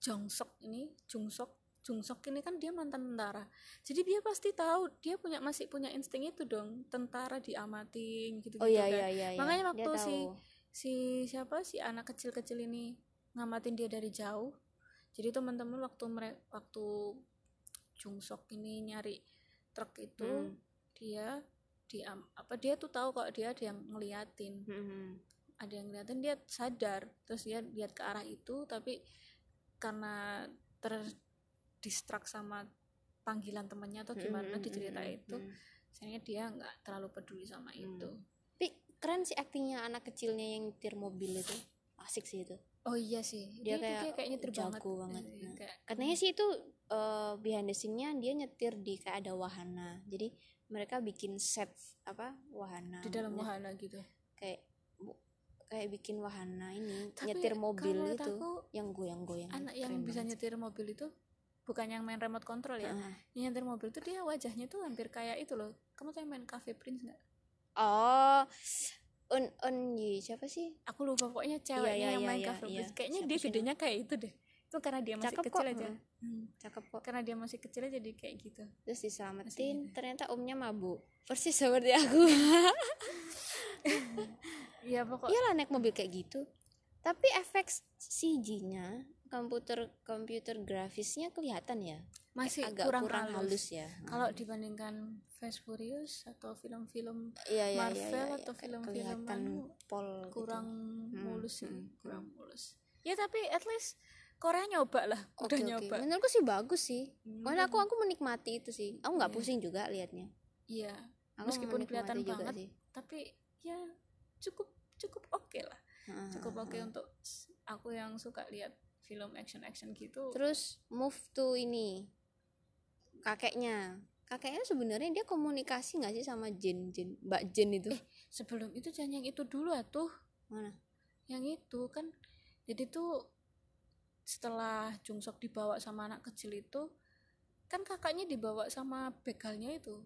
[SPEAKER 1] Jongsok ini, Jungsok, Jungsok ini kan dia mantan tentara. Jadi dia pasti tahu, dia punya masih punya insting itu dong, tentara diamatin gitu-gitu
[SPEAKER 2] oh iya
[SPEAKER 1] kan.
[SPEAKER 2] iya iya iya.
[SPEAKER 1] Makanya
[SPEAKER 2] Dia
[SPEAKER 1] waktu si
[SPEAKER 2] tahu.
[SPEAKER 1] si siapa si anak kecil-kecil ini ngamatin dia dari jauh jadi teman-teman waktu mere- waktu Jungsok ini nyari truk itu
[SPEAKER 2] Hmm.
[SPEAKER 1] dia dia apa dia tuh tahu kalau dia ada yang ngeliatin
[SPEAKER 2] Hmm.
[SPEAKER 1] ada yang ngeliatin dia sadar terus dia lihat ke arah itu tapi karena terdistract sama panggilan temannya
[SPEAKER 2] Hmm,
[SPEAKER 1] atau gimana di cerita itu Sayangnya dia nggak terlalu peduli sama
[SPEAKER 2] Hmm.
[SPEAKER 1] itu
[SPEAKER 2] tapi keren sih aktingnya anak kecilnya yang nyetir mobil itu asik sih itu
[SPEAKER 1] oh iya sih dia,
[SPEAKER 2] Dia kayak
[SPEAKER 1] kayak, kayak nyetir banget,
[SPEAKER 2] jago banget.
[SPEAKER 1] Iya,
[SPEAKER 2] Nah.
[SPEAKER 1] kayak-
[SPEAKER 2] katanya sih itu eh, behind the scene-nya dia nyetir di kayak ada wahana jadi mereka bikin set apa wahana
[SPEAKER 1] di dalam
[SPEAKER 2] Nyet-
[SPEAKER 1] wahana gitu
[SPEAKER 2] kayak bu- kayak bikin wahana ini
[SPEAKER 1] Tapi
[SPEAKER 2] nyetir mobil
[SPEAKER 1] kalau menurut
[SPEAKER 2] itu
[SPEAKER 1] aku,
[SPEAKER 2] yang goyang-goyang
[SPEAKER 1] anak
[SPEAKER 2] gitu,
[SPEAKER 1] yang
[SPEAKER 2] keren
[SPEAKER 1] bisa
[SPEAKER 2] banget.
[SPEAKER 1] nyetir mobil itu bukan yang main remote control ya
[SPEAKER 2] Heeh.
[SPEAKER 1] yang nyetir mobil tuh dia wajahnya tuh hampir kayak itu loh kamu tuh yang main Cafe Prince nggak
[SPEAKER 2] oh un un Yi, siapa sih
[SPEAKER 1] aku lupa pokoknya ceweknya
[SPEAKER 2] iya,
[SPEAKER 1] yang
[SPEAKER 2] iya,
[SPEAKER 1] main
[SPEAKER 2] iya,
[SPEAKER 1] Cafe
[SPEAKER 2] iya.
[SPEAKER 1] Prince kayaknya
[SPEAKER 2] Siapa
[SPEAKER 1] dia
[SPEAKER 2] sih
[SPEAKER 1] gedenya kayak itu deh itu karena dia masih
[SPEAKER 2] Cakep kok,
[SPEAKER 1] kecil aja
[SPEAKER 2] heeh.
[SPEAKER 1] Hmm.
[SPEAKER 2] cakep kok
[SPEAKER 1] karena dia masih kecil aja jadi kayak gitu
[SPEAKER 2] terus
[SPEAKER 1] Masih
[SPEAKER 2] diselamatin
[SPEAKER 1] gitu.
[SPEAKER 2] ternyata omnya mabuk persis seperti aku
[SPEAKER 1] iya pokok
[SPEAKER 2] iyalah naik mobil kayak gitu tapi efek CG-nya komputer komputer grafisnya kelihatan ya
[SPEAKER 1] masih
[SPEAKER 2] agak
[SPEAKER 1] kurang,
[SPEAKER 2] kurang,
[SPEAKER 1] halus,
[SPEAKER 2] halus. ya
[SPEAKER 1] kalau dibandingkan Fast Furious atau film-film
[SPEAKER 2] Iya, iya, iya,
[SPEAKER 1] Marvel
[SPEAKER 2] iya, iya.
[SPEAKER 1] atau
[SPEAKER 2] Kayak
[SPEAKER 1] film-film
[SPEAKER 2] kelihatan
[SPEAKER 1] anu
[SPEAKER 2] pol gitu.
[SPEAKER 1] kurang
[SPEAKER 2] Hmm,
[SPEAKER 1] mulus sih
[SPEAKER 2] hmm,
[SPEAKER 1] kurang mulus ya tapi at least Korea nyoba lah
[SPEAKER 2] Oke,
[SPEAKER 1] udah
[SPEAKER 2] oke.
[SPEAKER 1] nyoba
[SPEAKER 2] Menurutku sih bagus sih.
[SPEAKER 1] Hmm,
[SPEAKER 2] Karena aku aku menikmati itu sih. Aku nggak
[SPEAKER 1] Iya.
[SPEAKER 2] pusing juga liatnya.
[SPEAKER 1] iya
[SPEAKER 2] Aku
[SPEAKER 1] meskipun
[SPEAKER 2] menikmati
[SPEAKER 1] kelihatan
[SPEAKER 2] juga
[SPEAKER 1] banget
[SPEAKER 2] sih.
[SPEAKER 1] tapi ya cukup cukup oke lah
[SPEAKER 2] Heeh,
[SPEAKER 1] cukup
[SPEAKER 2] heeh,
[SPEAKER 1] oke
[SPEAKER 2] heeh.
[SPEAKER 1] untuk s- aku yang suka lihat film action action gitu
[SPEAKER 2] Terus move to ini kakeknya. Kakeknya sebenarnya dia komunikasi nggak sih sama Jen Jen Mbak Jen itu?
[SPEAKER 1] Eh. sebelum itu jangan yang itu dulu atuh
[SPEAKER 2] Mana?
[SPEAKER 1] yang itu kan jadi tuh setelah Jungsok dibawa sama anak kecil itu kan kakaknya dibawa sama begalnya itu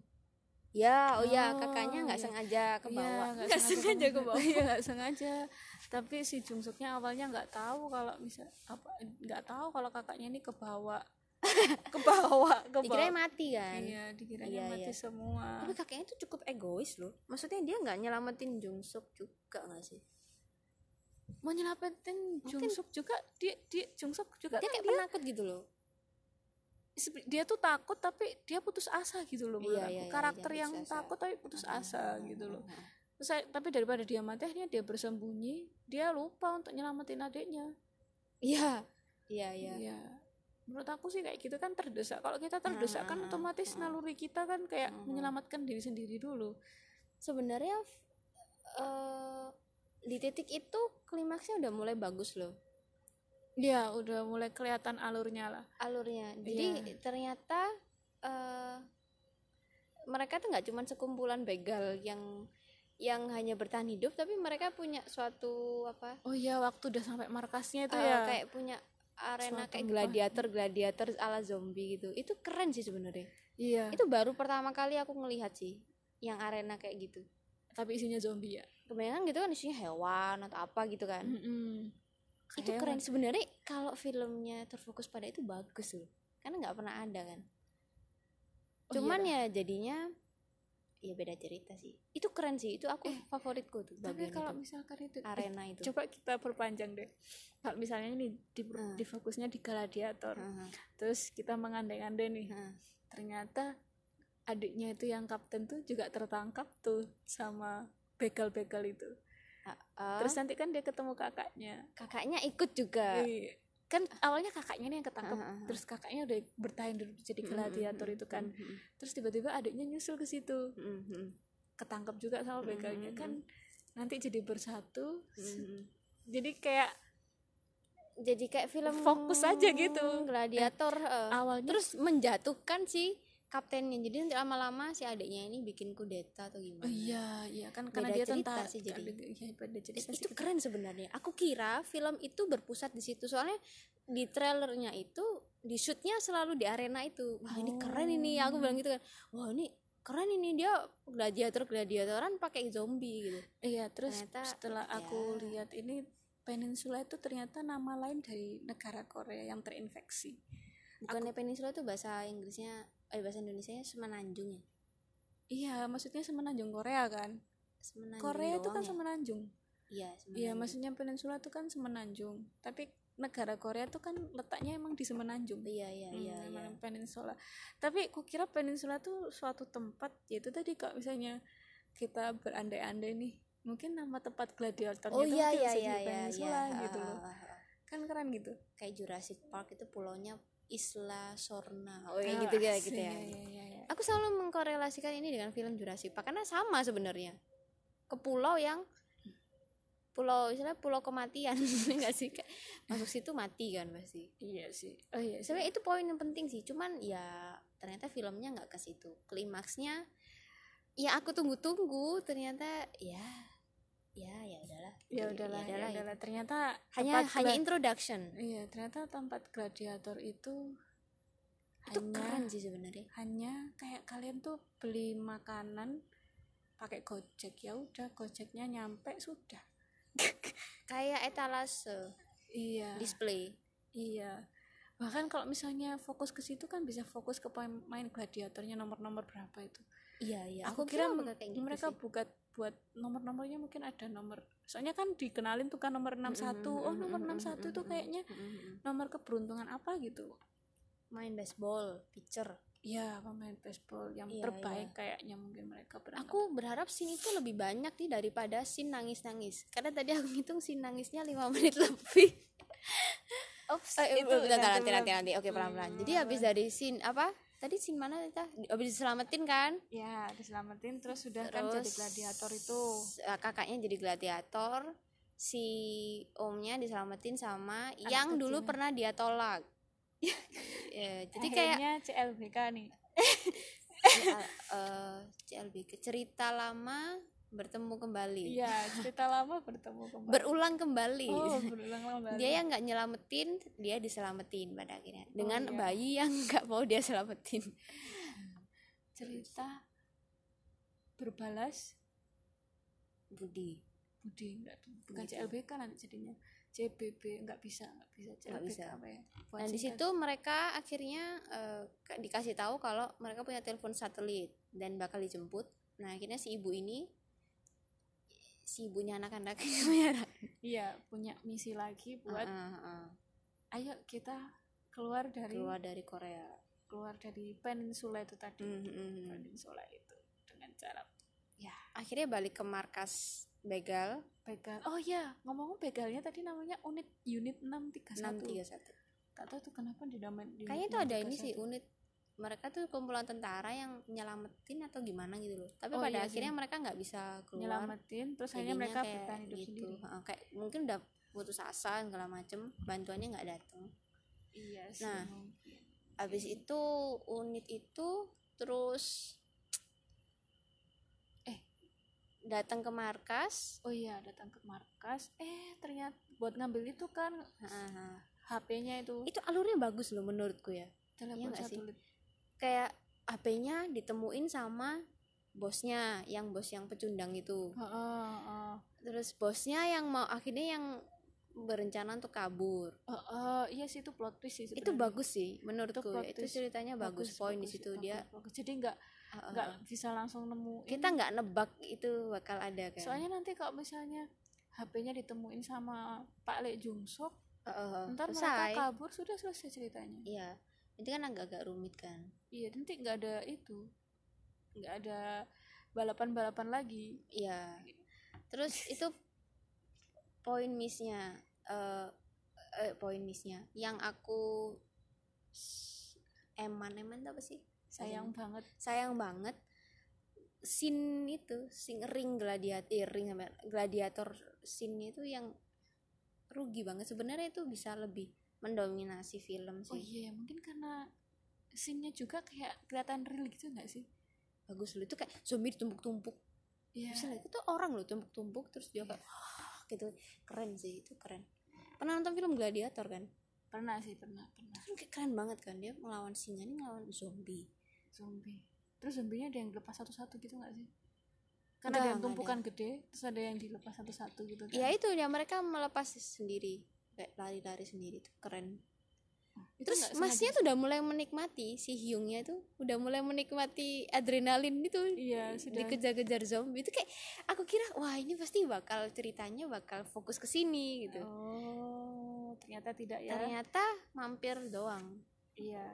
[SPEAKER 2] Ya, oh ya
[SPEAKER 1] Oh,
[SPEAKER 2] kakaknya nggak
[SPEAKER 1] iya.
[SPEAKER 2] sengaja kebawa.
[SPEAKER 1] Iya, nggak sengaja ke bawah. Iya, nggak sengaja. Tapi si Jungsuknya awalnya nggak tahu kalau bisa apa nggak tahu kalau kakaknya ini ke bawah. ke bawah, ke
[SPEAKER 2] Dikira
[SPEAKER 1] bawah.
[SPEAKER 2] mati kan.
[SPEAKER 1] Iya, dikiranya
[SPEAKER 2] Iya,
[SPEAKER 1] mati
[SPEAKER 2] iya.
[SPEAKER 1] semua.
[SPEAKER 2] Tapi kakeknya itu cukup egois loh. Maksudnya dia nggak nyelamatin Jungsuk juga nggak sih?
[SPEAKER 1] Mau nyelamatin Jungsuk juga dia dia Jungsuk juga
[SPEAKER 2] Dia
[SPEAKER 1] kan
[SPEAKER 2] kayak
[SPEAKER 1] dia,
[SPEAKER 2] penakut gitu loh.
[SPEAKER 1] sebe- dia tuh takut tapi dia putus asa gitu loh menurut
[SPEAKER 2] Iya,
[SPEAKER 1] aku.
[SPEAKER 2] iya, iya,
[SPEAKER 1] Karakter
[SPEAKER 2] dia
[SPEAKER 1] yang
[SPEAKER 2] putus asa.
[SPEAKER 1] takut tapi putus
[SPEAKER 2] Ah.
[SPEAKER 1] asa gitu loh.
[SPEAKER 2] Heeh.
[SPEAKER 1] Terus saya- tapi daripada dia mati akhirnya dia bersembunyi, dia lupa untuk nyelamatin adiknya.
[SPEAKER 2] Iya. Iya, iya.
[SPEAKER 1] Iya. Menurut aku sih kayak gitu kan terdesak. Kalau kita terdesak kan
[SPEAKER 2] ah,
[SPEAKER 1] otomatis naluri kita kan kayak
[SPEAKER 2] Ah.
[SPEAKER 1] menyelamatkan diri sendiri dulu.
[SPEAKER 2] Sebenarnya eh, di titik itu klimaksnya udah mulai bagus loh
[SPEAKER 1] Iya, udah mulai kelihatan alurnya lah.
[SPEAKER 2] alurnya. Jadi ternyata eh, mereka tuh nggak cuman sekumpulan begal yang yang hanya bertahan hidup tapi mereka punya suatu apa?
[SPEAKER 1] Oh iya, waktu udah sampai markasnya itu
[SPEAKER 2] eh,
[SPEAKER 1] ya.
[SPEAKER 2] kayak punya arena
[SPEAKER 1] Suatu
[SPEAKER 2] kayak
[SPEAKER 1] apa.
[SPEAKER 2] gladiator gladiator ala zombie gitu. Itu keren sih sebenarnya.
[SPEAKER 1] Iya.
[SPEAKER 2] Itu baru pertama kali aku ngelihat sih yang arena kayak gitu.
[SPEAKER 1] Tapi isinya zombie ya.
[SPEAKER 2] kebanyakan gitu kan isinya hewan atau apa gitu kan
[SPEAKER 1] Mm-mm. Oh
[SPEAKER 2] itu
[SPEAKER 1] Kayak
[SPEAKER 2] keren sebenarnya kalau filmnya terfokus pada itu bagus loh karena nggak pernah ada kan
[SPEAKER 1] Oh,
[SPEAKER 2] cuman
[SPEAKER 1] iya.
[SPEAKER 2] ya jadinya ya beda cerita sih itu keren sih itu aku favoritku tuh
[SPEAKER 1] Eh, Tapi
[SPEAKER 2] bagian
[SPEAKER 1] kalau
[SPEAKER 2] itu.
[SPEAKER 1] misalkan itu eh,
[SPEAKER 2] arena itu
[SPEAKER 1] coba kita perpanjang deh. Kalau misalnya ini di,
[SPEAKER 2] Ah.
[SPEAKER 1] di fokusnya di gladiator.
[SPEAKER 2] Heeh,
[SPEAKER 1] Terus kita mengandai-andai nih.
[SPEAKER 2] heeh.
[SPEAKER 1] ternyata adiknya itu yang kapten tuh juga tertangkap tuh sama begal-begal itu.
[SPEAKER 2] Ah,
[SPEAKER 1] Terus nanti kan dia ketemu kakaknya.
[SPEAKER 2] kakaknya ikut juga
[SPEAKER 1] Iya. kan awalnya kakaknya nih yang ketangkep,
[SPEAKER 2] Ah, ah, ah.
[SPEAKER 1] terus kakaknya udah bertahan dulu jadi
[SPEAKER 2] Mm, mm,
[SPEAKER 1] gladiator
[SPEAKER 2] mm,
[SPEAKER 1] itu kan.
[SPEAKER 2] mm, mm,
[SPEAKER 1] Terus tiba-tiba adiknya nyusul ke situ,
[SPEAKER 2] mm, mm, mm,
[SPEAKER 1] ketangkep juga sama
[SPEAKER 2] Mm,
[SPEAKER 1] begalnya
[SPEAKER 2] mm,
[SPEAKER 1] kan. Nanti jadi bersatu.
[SPEAKER 2] mm,
[SPEAKER 1] Mm-hmm.
[SPEAKER 2] mm.
[SPEAKER 1] Jadi kayak
[SPEAKER 2] jadi kayak film
[SPEAKER 1] Fokus aja gitu.
[SPEAKER 2] gladiator eh.
[SPEAKER 1] awalnya
[SPEAKER 2] terus menjatuhkan si kaptennya jadi nanti lama-lama si adiknya ini bikin kudeta atau gimana
[SPEAKER 1] Oh, iya, iya kan karena
[SPEAKER 2] Beda
[SPEAKER 1] dia
[SPEAKER 2] cerita
[SPEAKER 1] tentara
[SPEAKER 2] sih jadi.
[SPEAKER 1] Iya, beda
[SPEAKER 2] Eh,
[SPEAKER 1] cerita sih.
[SPEAKER 2] itu keren sebenarnya aku kira film itu berpusat di situ soalnya di trailernya itu di shootnya selalu di arena itu wah ini keren ini
[SPEAKER 1] Oh.
[SPEAKER 2] aku bilang gitu kan wah ini keren ini dia gladiator gladiatoran pakai zombie gitu
[SPEAKER 1] Iya, terus
[SPEAKER 2] Ternyata,
[SPEAKER 1] setelah
[SPEAKER 2] ya.
[SPEAKER 1] aku lihat ini peninsula itu ternyata nama lain dari negara Korea yang terinfeksi.
[SPEAKER 2] bukannya peninsula itu bahasa Inggrisnya eh bahasa Indonesia semenanjung ya
[SPEAKER 1] Iya, maksudnya semenanjung Korea kan.
[SPEAKER 2] semenanjung
[SPEAKER 1] Korea itu
[SPEAKER 2] doang
[SPEAKER 1] kan
[SPEAKER 2] ya?
[SPEAKER 1] semenanjung. Iya,
[SPEAKER 2] iya semenanjung.
[SPEAKER 1] maksudnya peninsula itu kan semenanjung. Tapi negara Korea tuh kan letaknya emang di semenanjung
[SPEAKER 2] iya iya
[SPEAKER 1] Hmm,
[SPEAKER 2] iya iya
[SPEAKER 1] emang peninsula tapi kukira peninsula tuh suatu tempat yaitu tadi kak misalnya kita berandai-andai nih mungkin nama tempat gladiator
[SPEAKER 2] oh
[SPEAKER 1] itu
[SPEAKER 2] iya
[SPEAKER 1] mungkin
[SPEAKER 2] iya
[SPEAKER 1] bisa
[SPEAKER 2] iya
[SPEAKER 1] jadi
[SPEAKER 2] iya
[SPEAKER 1] peninsula
[SPEAKER 2] iya
[SPEAKER 1] gitu loh
[SPEAKER 2] Ah, ah, ah, ah.
[SPEAKER 1] kan keren gitu
[SPEAKER 2] kayak Jurassic Park itu pulaunya Isla Sorna oh kayak
[SPEAKER 1] Oh,
[SPEAKER 2] gitu ya
[SPEAKER 1] asik.
[SPEAKER 2] gitu ya
[SPEAKER 1] Iya, iya, iya.
[SPEAKER 2] aku selalu mengkorelasikan ini dengan film Jurassic Park karena sama sebenarnya ke pulau yang pulau istilah pulau kematian enggak sih Kayak masuk situ mati kan pasti
[SPEAKER 1] Iya sih oh iya sih.
[SPEAKER 2] sebenarnya itu poin yang penting sih cuman ya ternyata filmnya nggak ke situ klimaksnya ya aku tunggu-tunggu ternyata ya ya ya udahlah
[SPEAKER 1] ya udahlah ya
[SPEAKER 2] gitu.
[SPEAKER 1] udahlah ternyata
[SPEAKER 2] hanya
[SPEAKER 1] tempat
[SPEAKER 2] hanya
[SPEAKER 1] glad-
[SPEAKER 2] introduction
[SPEAKER 1] iya ternyata tempat gladiator itu
[SPEAKER 2] itu
[SPEAKER 1] hanya
[SPEAKER 2] keren sih sebenarnya
[SPEAKER 1] hanya kayak kalian tuh beli makanan pakai gojek ya udah gojeknya nyampe sudah
[SPEAKER 2] kayak etalase Ah.
[SPEAKER 1] iya
[SPEAKER 2] display
[SPEAKER 1] Iya. Bahkan kalau misalnya fokus ke situ kan bisa fokus ke pemain gladiatornya nomor-nomor berapa itu.
[SPEAKER 2] iya iya
[SPEAKER 1] Aku, kira,
[SPEAKER 2] m-
[SPEAKER 1] mereka,
[SPEAKER 2] kayak gitu
[SPEAKER 1] mereka
[SPEAKER 2] sih.
[SPEAKER 1] buka buat nomor-nomornya mungkin ada nomor. Soalnya kan dikenalin tuh kan nomor 61.
[SPEAKER 2] Mm-hmm,
[SPEAKER 1] Oh, nomor 61 tuh kayaknya nomor keberuntungan apa gitu.
[SPEAKER 2] main baseball pitcher
[SPEAKER 1] Ya, pemain baseball yang
[SPEAKER 2] Iya,
[SPEAKER 1] terbaik kayaknya mungkin mereka berangkat.
[SPEAKER 2] aku berharap scene itu lebih banyak nih daripada scene nangis-nangis karena tadi aku ngitung scene nangisnya 5 menit lebih
[SPEAKER 1] Ops,
[SPEAKER 2] Eh, itu nanti nanti nanti nanti oke pelan-pelan jadi habis dari scene apa tadi scene mana kita habis diselamatin kan
[SPEAKER 1] Ya, diselamatin terus sudah kan jadi
[SPEAKER 2] Terus-
[SPEAKER 1] gladiator itu.
[SPEAKER 2] Eh, kakaknya jadi gladiator si omnya diselamatin sama yang dulu
[SPEAKER 1] kecilnya.
[SPEAKER 2] pernah dia tolak Ya, jadi kayak
[SPEAKER 1] Akhirnya CLBK nih.
[SPEAKER 2] eh, CLBK cerita lama bertemu kembali
[SPEAKER 1] Iya, cerita lama bertemu kembali.
[SPEAKER 2] berulang kembali
[SPEAKER 1] Oh, berulang kembali.
[SPEAKER 2] dia yang nggak nyelamatin dia diselamatin pada akhirnya
[SPEAKER 1] iya.
[SPEAKER 2] dengan bayi yang nggak mau dia selamatin
[SPEAKER 1] cerita berbalas
[SPEAKER 2] Budi
[SPEAKER 1] Budi enggak tuh. bukan
[SPEAKER 2] Gitu.
[SPEAKER 1] CLBK nanti jadinya CBB enggak bisa enggak bisa CLBK
[SPEAKER 2] bisa.
[SPEAKER 1] apa ya Buat
[SPEAKER 2] nah di
[SPEAKER 1] singkat.
[SPEAKER 2] situ mereka akhirnya eh, ka- dikasih tahu kalau mereka punya telepon satelit dan bakal dijemput nah akhirnya si ibu ini si ibunya anak-anak
[SPEAKER 1] iya punya misi lagi buat
[SPEAKER 2] Ah, ah, ah.
[SPEAKER 1] ayo kita keluar dari keluar.
[SPEAKER 2] keluar dari Korea
[SPEAKER 1] dari peninsula itu tadi
[SPEAKER 2] Mm, mm, mm.
[SPEAKER 1] peninsula itu dengan cara
[SPEAKER 2] akhirnya balik ke markas begal
[SPEAKER 1] begal oh ya ngomong begalnya tadi namanya unit unit 631
[SPEAKER 2] 631
[SPEAKER 1] tak tahu tuh kenapa dinamain unit
[SPEAKER 2] kayaknya tuh ada ini
[SPEAKER 1] 631.
[SPEAKER 2] sih unit mereka tuh kumpulan tentara yang nyelamatin atau gimana gitu loh tapi
[SPEAKER 1] Oh,
[SPEAKER 2] pada
[SPEAKER 1] iya sih.
[SPEAKER 2] akhirnya mereka nggak bisa keluar
[SPEAKER 1] nyelamatin terus
[SPEAKER 2] Jadinya
[SPEAKER 1] hanya mereka
[SPEAKER 2] kayak
[SPEAKER 1] bertahan hidup
[SPEAKER 2] gitu.
[SPEAKER 1] sendiri
[SPEAKER 2] Heeh, kayak mungkin udah putus asa segala macem bantuannya nggak datang
[SPEAKER 1] iya sih
[SPEAKER 2] Nah,
[SPEAKER 1] mungkin.
[SPEAKER 2] habis itu unit itu terus eh datang ke markas
[SPEAKER 1] oh iya datang ke markas eh ternyata buat ngambil itu kan
[SPEAKER 2] Heeh, heeh.
[SPEAKER 1] HP-nya itu
[SPEAKER 2] itu alurnya bagus loh menurutku ya iya
[SPEAKER 1] telepon
[SPEAKER 2] nggak sih?
[SPEAKER 1] satelit
[SPEAKER 2] kayak HP-nya ditemuin sama bosnya yang bos yang pecundang itu
[SPEAKER 1] Heeh, heeh.
[SPEAKER 2] terus bosnya yang mau akhirnya yang berencana untuk kabur
[SPEAKER 1] Heeh, iya sih itu plot twist sih
[SPEAKER 2] itu
[SPEAKER 1] sebenarnya.
[SPEAKER 2] bagus sih menurutku
[SPEAKER 1] plot
[SPEAKER 2] itu
[SPEAKER 1] twist.
[SPEAKER 2] ceritanya bagus, poin di
[SPEAKER 1] bagus,
[SPEAKER 2] situ
[SPEAKER 1] bagus,
[SPEAKER 2] dia
[SPEAKER 1] bagus. jadi nggak
[SPEAKER 2] heeh,
[SPEAKER 1] nggak bisa langsung nemuin
[SPEAKER 2] kita nggak nebak itu bakal ada kan
[SPEAKER 1] soalnya nanti kalau misalnya HP-nya ditemuin sama Pak Lek Jung Sok
[SPEAKER 2] Heeh,
[SPEAKER 1] ntar
[SPEAKER 2] Oh, selesai.
[SPEAKER 1] mereka kabur sudah selesai ceritanya
[SPEAKER 2] iya itu kan agak-agak rumit kan
[SPEAKER 1] iya nanti nggak ada itu nggak ada balapan-balapan lagi
[SPEAKER 2] iya terus itu poin missnya eh eh, poin missnya yang aku s- eman eman tuh apa sih Iya.
[SPEAKER 1] sayang banget
[SPEAKER 2] sayang banget scene itu sing ring gladiator ring apa ya, gladiator scene itu yang rugi banget sebenarnya itu bisa lebih mendominasi film
[SPEAKER 1] oh
[SPEAKER 2] sih
[SPEAKER 1] iya mungkin karena scene-nya juga kayak kelihatan real gitu nggak sih
[SPEAKER 2] bagus loh itu kayak zombie ditumpuk-tumpuk
[SPEAKER 1] Iya.
[SPEAKER 2] bisa lihat itu orang loh tumpuk-tumpuk terus dia kayak "Wah," gitu keren sih itu keren pernah nonton film gladiator kan
[SPEAKER 1] pernah sih pernah pernah
[SPEAKER 2] kan kayak keren banget kan dia melawan singa ini melawan zombie
[SPEAKER 1] zombie terus zombinya ada yang dilepas satu-satu gitu nggak sih karena ada
[SPEAKER 2] Nggak,
[SPEAKER 1] yang
[SPEAKER 2] nggak
[SPEAKER 1] tumpukan gede terus ada yang dilepas satu-satu gitu kan
[SPEAKER 2] ya itu ya mereka melepas sendiri kayak lari-lari sendiri tuh keren
[SPEAKER 1] Itu
[SPEAKER 2] terus
[SPEAKER 1] nggak sengaja.
[SPEAKER 2] masnya tuh udah mulai menikmati si Hyungnya tuh udah mulai menikmati adrenalin itu
[SPEAKER 1] iya sudah
[SPEAKER 2] dikejar-kejar zombie itu kayak aku kira wah ini pasti bakal ceritanya bakal fokus ke sini gitu
[SPEAKER 1] oh ternyata tidak ya
[SPEAKER 2] ternyata mampir doang
[SPEAKER 1] iya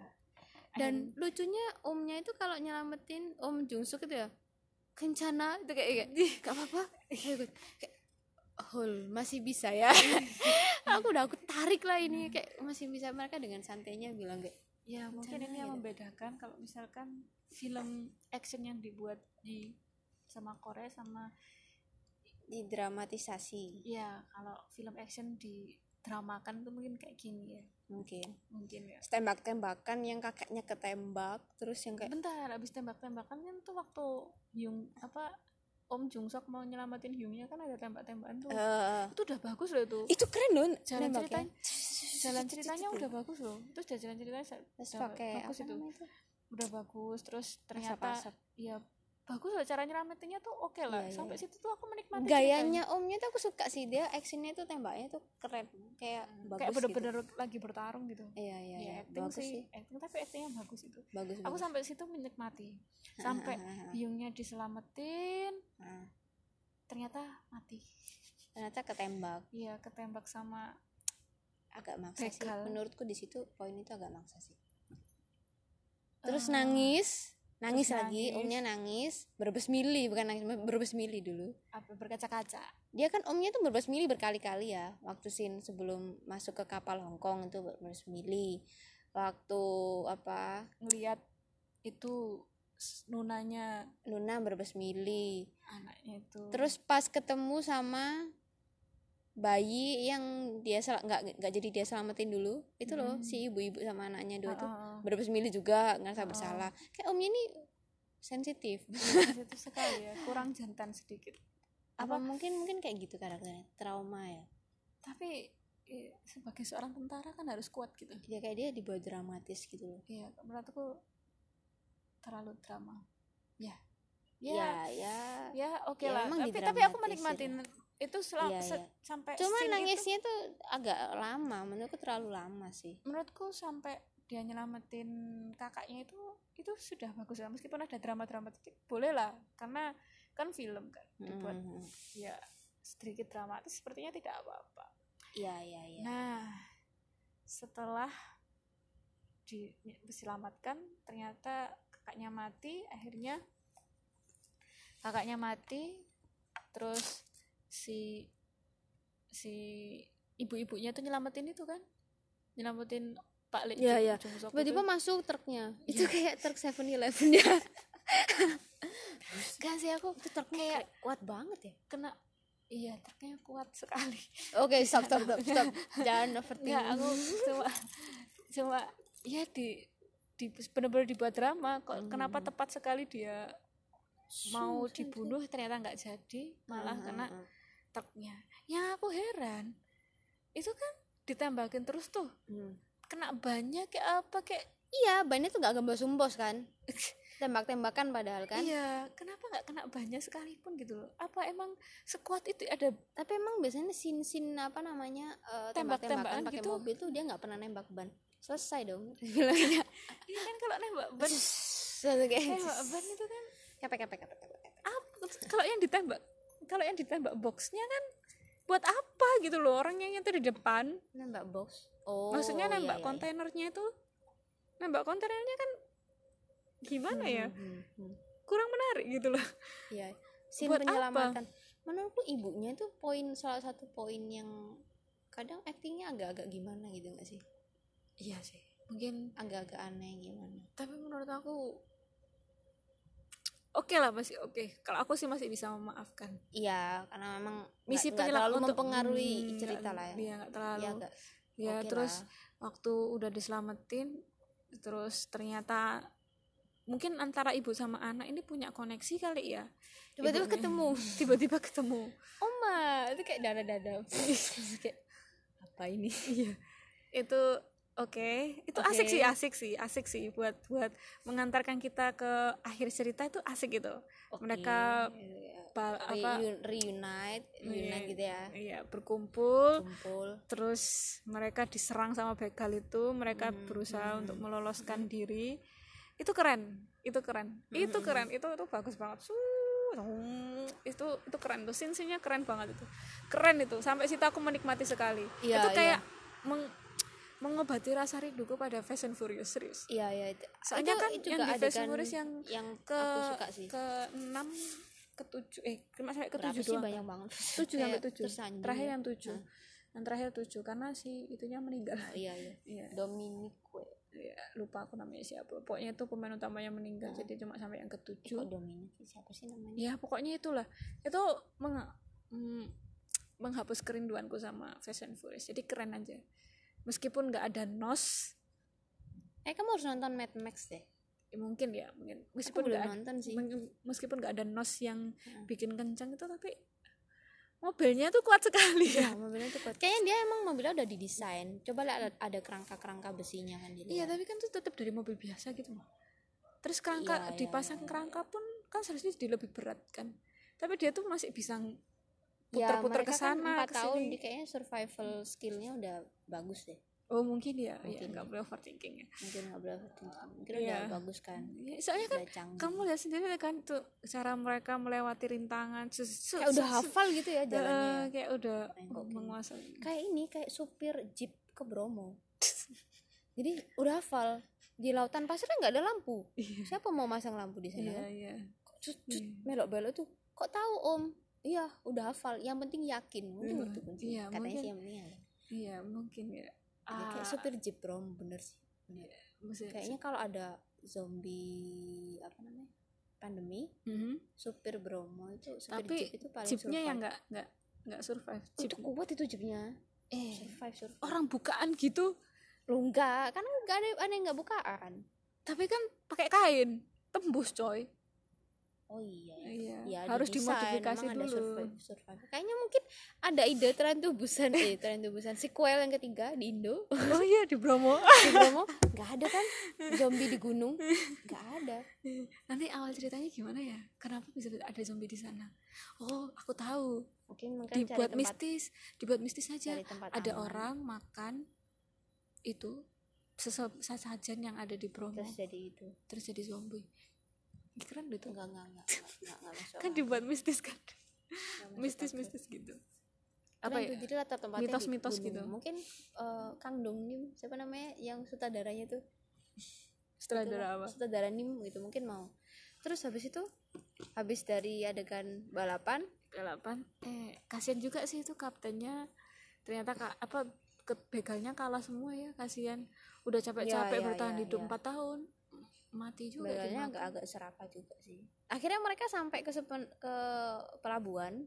[SPEAKER 2] dan lucunya omnya itu kalau nyelamatin om Jungsuk itu ya kencana itu kayak kayak gak apa-apa Ayo ikut. Kayak, hol masih bisa ya aku udah aku tarik lah ini kayak masih bisa mereka dengan santainya bilang kayak
[SPEAKER 1] ya mungkin
[SPEAKER 2] rencana
[SPEAKER 1] ini yang
[SPEAKER 2] gitu.
[SPEAKER 1] membedakan kalau misalkan film action yang dibuat di sama Korea sama
[SPEAKER 2] didramatisasi
[SPEAKER 1] ya kalau film action didramakan tuh mungkin kayak gini ya
[SPEAKER 2] mungkin
[SPEAKER 1] mungkin ya
[SPEAKER 2] tembak-tembakan yang kakaknya ketembak terus yang kayak
[SPEAKER 1] bentar abis tembak-tembakan kan tuh waktu Hyung apa Om Jungsok mau nyelamatin Hyungnya kan ada tembak-tembakan tuh
[SPEAKER 2] eh,
[SPEAKER 1] itu udah bagus loh itu
[SPEAKER 2] itu keren loh
[SPEAKER 1] Jalan
[SPEAKER 2] nembaknya.
[SPEAKER 1] ceritanya- jalan ceritanya udah bagus loh terus jalan ceritanya sa-
[SPEAKER 2] terus
[SPEAKER 1] udah
[SPEAKER 2] pakai
[SPEAKER 1] bagus
[SPEAKER 2] apa
[SPEAKER 1] itu
[SPEAKER 2] namanya itu?
[SPEAKER 1] udah bagus terus ternyata
[SPEAKER 2] Asap-asap.
[SPEAKER 1] ya bagus loh cara nyelamatinnya tuh oke lah
[SPEAKER 2] Iya, iya,
[SPEAKER 1] sampai
[SPEAKER 2] iya.
[SPEAKER 1] situ tuh aku menikmati ceritanya.
[SPEAKER 2] gayanya omnya tuh aku suka sih dia actionnya tuh tembaknya tuh keren kayak
[SPEAKER 1] Hmm,
[SPEAKER 2] bagus
[SPEAKER 1] kayak
[SPEAKER 2] gitu
[SPEAKER 1] bener-bener lagi bertarung gitu
[SPEAKER 2] iya
[SPEAKER 1] ya,
[SPEAKER 2] iya iya
[SPEAKER 1] acting
[SPEAKER 2] bagus
[SPEAKER 1] sih,
[SPEAKER 2] sih Iya,
[SPEAKER 1] acting tapi actingnya bagus itu
[SPEAKER 2] bagus
[SPEAKER 1] aku
[SPEAKER 2] bagus
[SPEAKER 1] sampai situ menikmati sampai Hyungnya diselamatin
[SPEAKER 2] Ah,
[SPEAKER 1] ternyata mati
[SPEAKER 2] ternyata ketembak
[SPEAKER 1] iya ketembak sama
[SPEAKER 2] agak maksa sih
[SPEAKER 1] Begal.
[SPEAKER 2] menurutku di situ poin itu agak maksa sih terus
[SPEAKER 1] eh,
[SPEAKER 2] nangis nangis
[SPEAKER 1] terus
[SPEAKER 2] lagi
[SPEAKER 1] nangis.
[SPEAKER 2] omnya nangis berbesmili bukan nangis berbesmili dulu
[SPEAKER 1] apa berkaca-kaca
[SPEAKER 2] dia kan omnya tuh berbes mili berkali-kali ya waktu sin sebelum masuk ke kapal Hongkong itu berbes mili waktu apa
[SPEAKER 1] ngelihat itu s- nunanya
[SPEAKER 2] Luna berbes mili
[SPEAKER 1] anaknya itu
[SPEAKER 2] terus pas ketemu sama bayi yang dia sel- nggak nggak jadi dia selamatin dulu itu
[SPEAKER 1] Mm.
[SPEAKER 2] loh si ibu-ibu sama anaknya
[SPEAKER 1] Ah,
[SPEAKER 2] dua itu
[SPEAKER 1] ah, ah.
[SPEAKER 2] berbes mili juga ngerasa
[SPEAKER 1] Oh.
[SPEAKER 2] bersalah kayak omnya ini sensitif
[SPEAKER 1] Iya, itu sekali ya kurang jantan sedikit
[SPEAKER 2] apa
[SPEAKER 1] Apa?
[SPEAKER 2] mungkin mungkin kayak gitu karakternya trauma ya
[SPEAKER 1] tapi i- sebagai seorang tentara kan harus kuat gitu
[SPEAKER 2] dia kayak dia dibuat dramatis gitu loh
[SPEAKER 1] iya menurutku terlalu drama ya ya
[SPEAKER 2] ya ya,
[SPEAKER 1] ya, oke
[SPEAKER 2] ya,
[SPEAKER 1] lah
[SPEAKER 2] emang
[SPEAKER 1] tapi tapi aku
[SPEAKER 2] didramatisir
[SPEAKER 1] menikmatin itu selalu
[SPEAKER 2] Iya,
[SPEAKER 1] se-
[SPEAKER 2] iya.
[SPEAKER 1] sampai
[SPEAKER 2] cuma
[SPEAKER 1] scene itu,
[SPEAKER 2] nangisnya tuh agak lama menurutku terlalu lama sih
[SPEAKER 1] menurutku sampai dia nyelamatin kakaknya itu itu sudah bagus lah meskipun ada drama-drama titik boleh lah karena kan film kan dibuat
[SPEAKER 2] Mm,
[SPEAKER 1] ya sedikit dramatis sepertinya tidak apa-apa
[SPEAKER 2] iya iya iya
[SPEAKER 1] Nah, setelah di- diselamatkan, ternyata kakaknya mati. Akhirnya kakaknya mati, terus si si ibu-ibunya tuh nyelamatin itu kan, nyelamatin Pak Lee
[SPEAKER 2] Iya,
[SPEAKER 1] Jung-
[SPEAKER 2] iya.
[SPEAKER 1] Jung Suk
[SPEAKER 2] tiba-tiba
[SPEAKER 1] itu.
[SPEAKER 2] masuk truknya itu kayak truk seven eleven ya gak sih aku itu truknya kayak kuat banget ya
[SPEAKER 1] kena iya terknya kuat sekali.
[SPEAKER 2] oke stop stop stop stop jangan
[SPEAKER 1] Enggak,
[SPEAKER 2] overthinking
[SPEAKER 1] aku cuma cuma ya di di benar-benar dibuat drama kok kenapa
[SPEAKER 2] Hmm.
[SPEAKER 1] tepat sekali dia mau dibunuh ternyata nggak jadi malah
[SPEAKER 2] Nah. Mm-hmm,
[SPEAKER 1] kena truknya yang aku heran itu kan ditembakin terus tuh
[SPEAKER 2] mm-hmm.
[SPEAKER 1] kena banyak kayak apa kayak
[SPEAKER 2] iya bannya tuh gak gembos sumbos kan tembak-tembakan padahal kan
[SPEAKER 1] iya kenapa nggak kena banyak sekalipun gitu loh apa emang sekuat itu ada
[SPEAKER 2] tapi emang biasanya sin sin apa namanya eh,
[SPEAKER 1] Tembak-tembakan
[SPEAKER 2] tembak-tembakan pakai
[SPEAKER 1] gitu.
[SPEAKER 2] mobil tuh dia nggak pernah nembak ban selesai dong bilangnya
[SPEAKER 1] ini kan kalau nembak ban
[SPEAKER 2] Iya,
[SPEAKER 1] nembak ban itu kan
[SPEAKER 2] kepek kepek kepek kepek, kepek.
[SPEAKER 1] apa kalau yang ditembak kalau yang ditembak boxnya kan buat apa gitu loh orangnya yang tuh di depan
[SPEAKER 2] nembak box oh
[SPEAKER 1] maksudnya
[SPEAKER 2] iya,
[SPEAKER 1] nembak
[SPEAKER 2] iya, iya.
[SPEAKER 1] kontainernya itu nembak kontainernya kan gimana ya
[SPEAKER 2] Hmm, hmm, hmm.
[SPEAKER 1] kurang menarik gitu loh
[SPEAKER 2] Iya. Scene
[SPEAKER 1] Buat apa?
[SPEAKER 2] penyelamatan. Menurutku ibunya itu poin salah satu poin yang kadang actingnya agak-agak gimana gitu gak sih?
[SPEAKER 1] iya sih mungkin
[SPEAKER 2] Agak-agak aneh gimana?
[SPEAKER 1] tapi menurut aku oke lah masih oke kalau aku sih masih bisa memaafkan
[SPEAKER 2] Iya, karena memang
[SPEAKER 1] misi
[SPEAKER 2] misi nggak
[SPEAKER 1] penyelam-
[SPEAKER 2] terlalu
[SPEAKER 1] untuk-
[SPEAKER 2] mempengaruhi
[SPEAKER 1] hmm, nggak-
[SPEAKER 2] cerita lah ya.
[SPEAKER 1] iya nggak terlalu
[SPEAKER 2] Iya,
[SPEAKER 1] ya,
[SPEAKER 2] agak oke
[SPEAKER 1] terus
[SPEAKER 2] lah.
[SPEAKER 1] waktu udah diselamatin terus ternyata mungkin antara ibu sama anak ini punya koneksi kali ya
[SPEAKER 2] Tiba-tiba
[SPEAKER 1] Ibunya.
[SPEAKER 2] ketemu.
[SPEAKER 1] tiba-tiba ketemu
[SPEAKER 2] Oma, itu kayak dada-dada. kayak apa ini?
[SPEAKER 1] iya itu oke itu
[SPEAKER 2] Oke.
[SPEAKER 1] asik sih asik sih asik sih buat buat mengantarkan kita ke akhir cerita itu asik gitu mereka
[SPEAKER 2] Oke, iya.
[SPEAKER 1] ba- apa
[SPEAKER 2] Reun- reunite, reunite gitu ya.
[SPEAKER 1] iya berkumpul
[SPEAKER 2] Kumpul.
[SPEAKER 1] terus mereka diserang sama begal itu mereka
[SPEAKER 2] Hmm,
[SPEAKER 1] berusaha untuk meloloskan diri itu keren itu keren
[SPEAKER 2] Hmm,
[SPEAKER 1] itu keren itu itu bagus banget Suuuh, hmm, itu itu keren tuh sin keren banget itu keren itu sampai situ aku menikmati sekali
[SPEAKER 2] Iya,
[SPEAKER 1] itu kayak meng- mengobati rasa rinduku pada Fast and Furious serius
[SPEAKER 2] iya iya itu
[SPEAKER 1] Soalnya
[SPEAKER 2] itu-
[SPEAKER 1] kan
[SPEAKER 2] itu
[SPEAKER 1] yang
[SPEAKER 2] juga
[SPEAKER 1] di
[SPEAKER 2] adegan
[SPEAKER 1] Fast and Furious yang
[SPEAKER 2] yang
[SPEAKER 1] ke
[SPEAKER 2] aku suka sih
[SPEAKER 1] ke enam ke tujuh eh ke sampai ke
[SPEAKER 2] Berapa
[SPEAKER 1] tujuh
[SPEAKER 2] sih
[SPEAKER 1] doang
[SPEAKER 2] banyak banget
[SPEAKER 1] tujuh sampai
[SPEAKER 2] Kayak
[SPEAKER 1] tujuh
[SPEAKER 2] tersanjung.
[SPEAKER 1] terakhir yang tujuh
[SPEAKER 2] Nah.
[SPEAKER 1] yang terakhir tujuh karena si itunya meninggal
[SPEAKER 2] Oh, iya iya
[SPEAKER 1] Iya,
[SPEAKER 2] Dominique
[SPEAKER 1] iya, lupa aku namanya siapa pokoknya itu pemain utamanya meninggal
[SPEAKER 2] Nah.
[SPEAKER 1] jadi cuma sampai yang
[SPEAKER 2] eh, kok
[SPEAKER 1] ketujuh
[SPEAKER 2] Dominique siapa sih namanya
[SPEAKER 1] ya pokoknya itulah itu meng- mm, menghapus kerinduanku sama Fast and Furious jadi keren aja meskipun nggak ada nos
[SPEAKER 2] eh kamu harus nonton Mad Max deh
[SPEAKER 1] ya mungkin ya mungkin
[SPEAKER 2] aku
[SPEAKER 1] meskipun
[SPEAKER 2] belum
[SPEAKER 1] nggak ada-
[SPEAKER 2] nonton sih Ah.
[SPEAKER 1] meng- meskipun nggak ada nos yang
[SPEAKER 2] Heeh.
[SPEAKER 1] bikin kencang itu tapi mobilnya tuh kuat sekali ya
[SPEAKER 2] Nah, mobilnya tuh kuat. Kayaknya dia emang mobilnya udah didesain. Coba lah ada, ada kerangka-kerangka besinya kan di
[SPEAKER 1] Iya,
[SPEAKER 2] luar.
[SPEAKER 1] tapi kan itu tetap dari mobil biasa gitu. loh. Terus kerangka
[SPEAKER 2] Iya, iya,
[SPEAKER 1] dipasang
[SPEAKER 2] iya,
[SPEAKER 1] kerangka pun kan seharusnya jadi lebih berat kan. Tapi dia tuh masih bisa ng- puter-puter
[SPEAKER 2] mereka
[SPEAKER 1] ke sana
[SPEAKER 2] kan 4
[SPEAKER 1] ke
[SPEAKER 2] tahun
[SPEAKER 1] sini.
[SPEAKER 2] dia kayaknya survival skillnya udah bagus deh.
[SPEAKER 1] Oh, mungkin ya. Iya,
[SPEAKER 2] Mungkin.
[SPEAKER 1] nggak boleh overthinking ya.
[SPEAKER 2] Mungkin nggak boleh overthinking. Mungkin
[SPEAKER 1] Iya.
[SPEAKER 2] udah bagus kan.
[SPEAKER 1] Ya, Soalnya kan
[SPEAKER 2] Udah canggih.
[SPEAKER 1] kamu lihat sendiri kan tuh cara mereka melewati rintangan. Sus, sus,
[SPEAKER 2] kayak udah
[SPEAKER 1] sus, sus.
[SPEAKER 2] hafal gitu ya
[SPEAKER 1] Eh,
[SPEAKER 2] jalannya. ya.
[SPEAKER 1] kayak udah
[SPEAKER 2] Nengok gini.
[SPEAKER 1] menguasai.
[SPEAKER 2] Kayak ini kayak supir jeep ke Bromo. Jadi udah hafal di lautan pasir kan nggak ada lampu.
[SPEAKER 1] Iya.
[SPEAKER 2] Siapa mau masang lampu di sana?
[SPEAKER 1] Iya,
[SPEAKER 2] kan?
[SPEAKER 1] iya.
[SPEAKER 2] Kok cut, cut,
[SPEAKER 1] Iya.
[SPEAKER 2] Belok-belok tuh. Kok tahu Om? Iya, udah hafal. Yang penting yakin. Mungkin
[SPEAKER 1] Iya.
[SPEAKER 2] itu kunci.
[SPEAKER 1] Iya,
[SPEAKER 2] Katanya
[SPEAKER 1] mungkin.
[SPEAKER 2] sih yang penting yakin.
[SPEAKER 1] Iya, mungkin ya.
[SPEAKER 2] Ya,
[SPEAKER 1] Ah, Iya
[SPEAKER 2] kayak supir jeep rom bener sih Bener.
[SPEAKER 1] maksudnya-
[SPEAKER 2] kayaknya kalau ada zombie apa namanya pandemi
[SPEAKER 1] Mhm.
[SPEAKER 2] supir bromo itu supir
[SPEAKER 1] Tapi
[SPEAKER 2] jeep itu paling
[SPEAKER 1] Jeepnya
[SPEAKER 2] survive.
[SPEAKER 1] yang nggak nggak nggak survive.
[SPEAKER 2] Oh, itu
[SPEAKER 1] Jeep-
[SPEAKER 2] kuat itu jeepnya
[SPEAKER 1] eh,
[SPEAKER 2] survive survive
[SPEAKER 1] orang bukaan gitu
[SPEAKER 2] lo enggak kan enggak ada ada yang enggak bukaan
[SPEAKER 1] tapi kan pakai kain tembus coy
[SPEAKER 2] oh iya ya.
[SPEAKER 1] iya
[SPEAKER 2] Ya,
[SPEAKER 1] harus
[SPEAKER 2] didesain,
[SPEAKER 1] dimodifikasi
[SPEAKER 2] emang ada
[SPEAKER 1] dulu
[SPEAKER 2] survive, survive. Kayaknya mungkin ada ide tren tubusan eh tren tubusan sequel yang ketiga di Indo
[SPEAKER 1] oh iya di Bromo
[SPEAKER 2] di Bromo nggak ada kan zombie di gunung nggak ada
[SPEAKER 1] nanti awal ceritanya gimana ya kenapa bisa ada zombie di sana oh aku tahu
[SPEAKER 2] mungkin mereka
[SPEAKER 1] dibuat
[SPEAKER 2] cari tempat
[SPEAKER 1] mistis dibuat mistis aja
[SPEAKER 2] cari tempat
[SPEAKER 1] ada
[SPEAKER 2] aman.
[SPEAKER 1] orang makan itu sesuatu sajen yang ada di Bromo
[SPEAKER 2] terus jadi itu
[SPEAKER 1] terus jadi zombie Ih, keren deh tuh
[SPEAKER 2] enggak enggak enggak enggak enggak masuk
[SPEAKER 1] kan
[SPEAKER 2] akal.
[SPEAKER 1] dibuat mistis kan
[SPEAKER 2] Enggak masuk
[SPEAKER 1] mistis
[SPEAKER 2] akal.
[SPEAKER 1] mistis gitu
[SPEAKER 2] Keren
[SPEAKER 1] apa
[SPEAKER 2] tuh,
[SPEAKER 1] ya
[SPEAKER 2] jadi latar Gitu tempatnya di
[SPEAKER 1] Mitos-mitos
[SPEAKER 2] gunung.
[SPEAKER 1] gitu.
[SPEAKER 2] mungkin eh, Kang Dong Nim siapa namanya yang sutradaranya tuh
[SPEAKER 1] setelah
[SPEAKER 2] Itu
[SPEAKER 1] darah
[SPEAKER 2] lah,
[SPEAKER 1] apa
[SPEAKER 2] sutradara Nim gitu mungkin mau terus habis itu habis dari adegan balapan
[SPEAKER 1] balapan eh kasihan juga sih itu kaptennya ternyata ka- apa ke begalnya kalah semua ya kasihan udah capek-capek
[SPEAKER 2] Ya, ya,
[SPEAKER 1] bertahan
[SPEAKER 2] ya,
[SPEAKER 1] hidup
[SPEAKER 2] ya.
[SPEAKER 1] empat tahun mati juga
[SPEAKER 2] begalnya
[SPEAKER 1] dimakan.
[SPEAKER 2] agak agak serakah juga sih akhirnya mereka sampai ke sepen- ke pelabuhan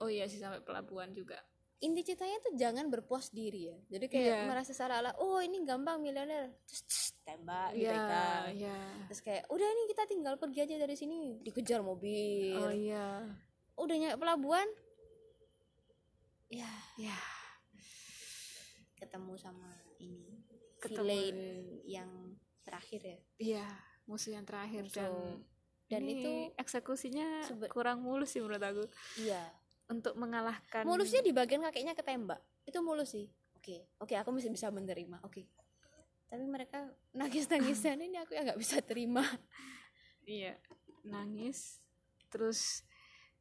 [SPEAKER 1] oh iya sih sampai pelabuhan juga
[SPEAKER 2] inti ceritanya tuh jangan berpuas diri ya jadi kayak
[SPEAKER 1] Iya.
[SPEAKER 2] merasa salah-salah oh ini gampang miliuner terus, terus tembak dipegang.
[SPEAKER 1] iya iya
[SPEAKER 2] terus kayak udah nih kita tinggal pergi aja dari sini dikejar mobil
[SPEAKER 1] oh iya
[SPEAKER 2] udah nyampe pelabuhan ya
[SPEAKER 1] ya
[SPEAKER 2] ketemu sama ini
[SPEAKER 1] Ketemu.
[SPEAKER 2] villain yang terakhir ya
[SPEAKER 1] iya musuh yang terakhir
[SPEAKER 2] Musuh.
[SPEAKER 1] dan
[SPEAKER 2] Dan
[SPEAKER 1] ini
[SPEAKER 2] itu
[SPEAKER 1] eksekusinya
[SPEAKER 2] sebe-
[SPEAKER 1] kurang mulus sih menurut aku
[SPEAKER 2] iya
[SPEAKER 1] untuk mengalahkan
[SPEAKER 2] mulusnya di bagian kakinya ketembak itu mulus sih oke oke aku masih bisa menerima oke tapi mereka nangis nangisan ini aku ya nggak bisa terima
[SPEAKER 1] iya nangis terus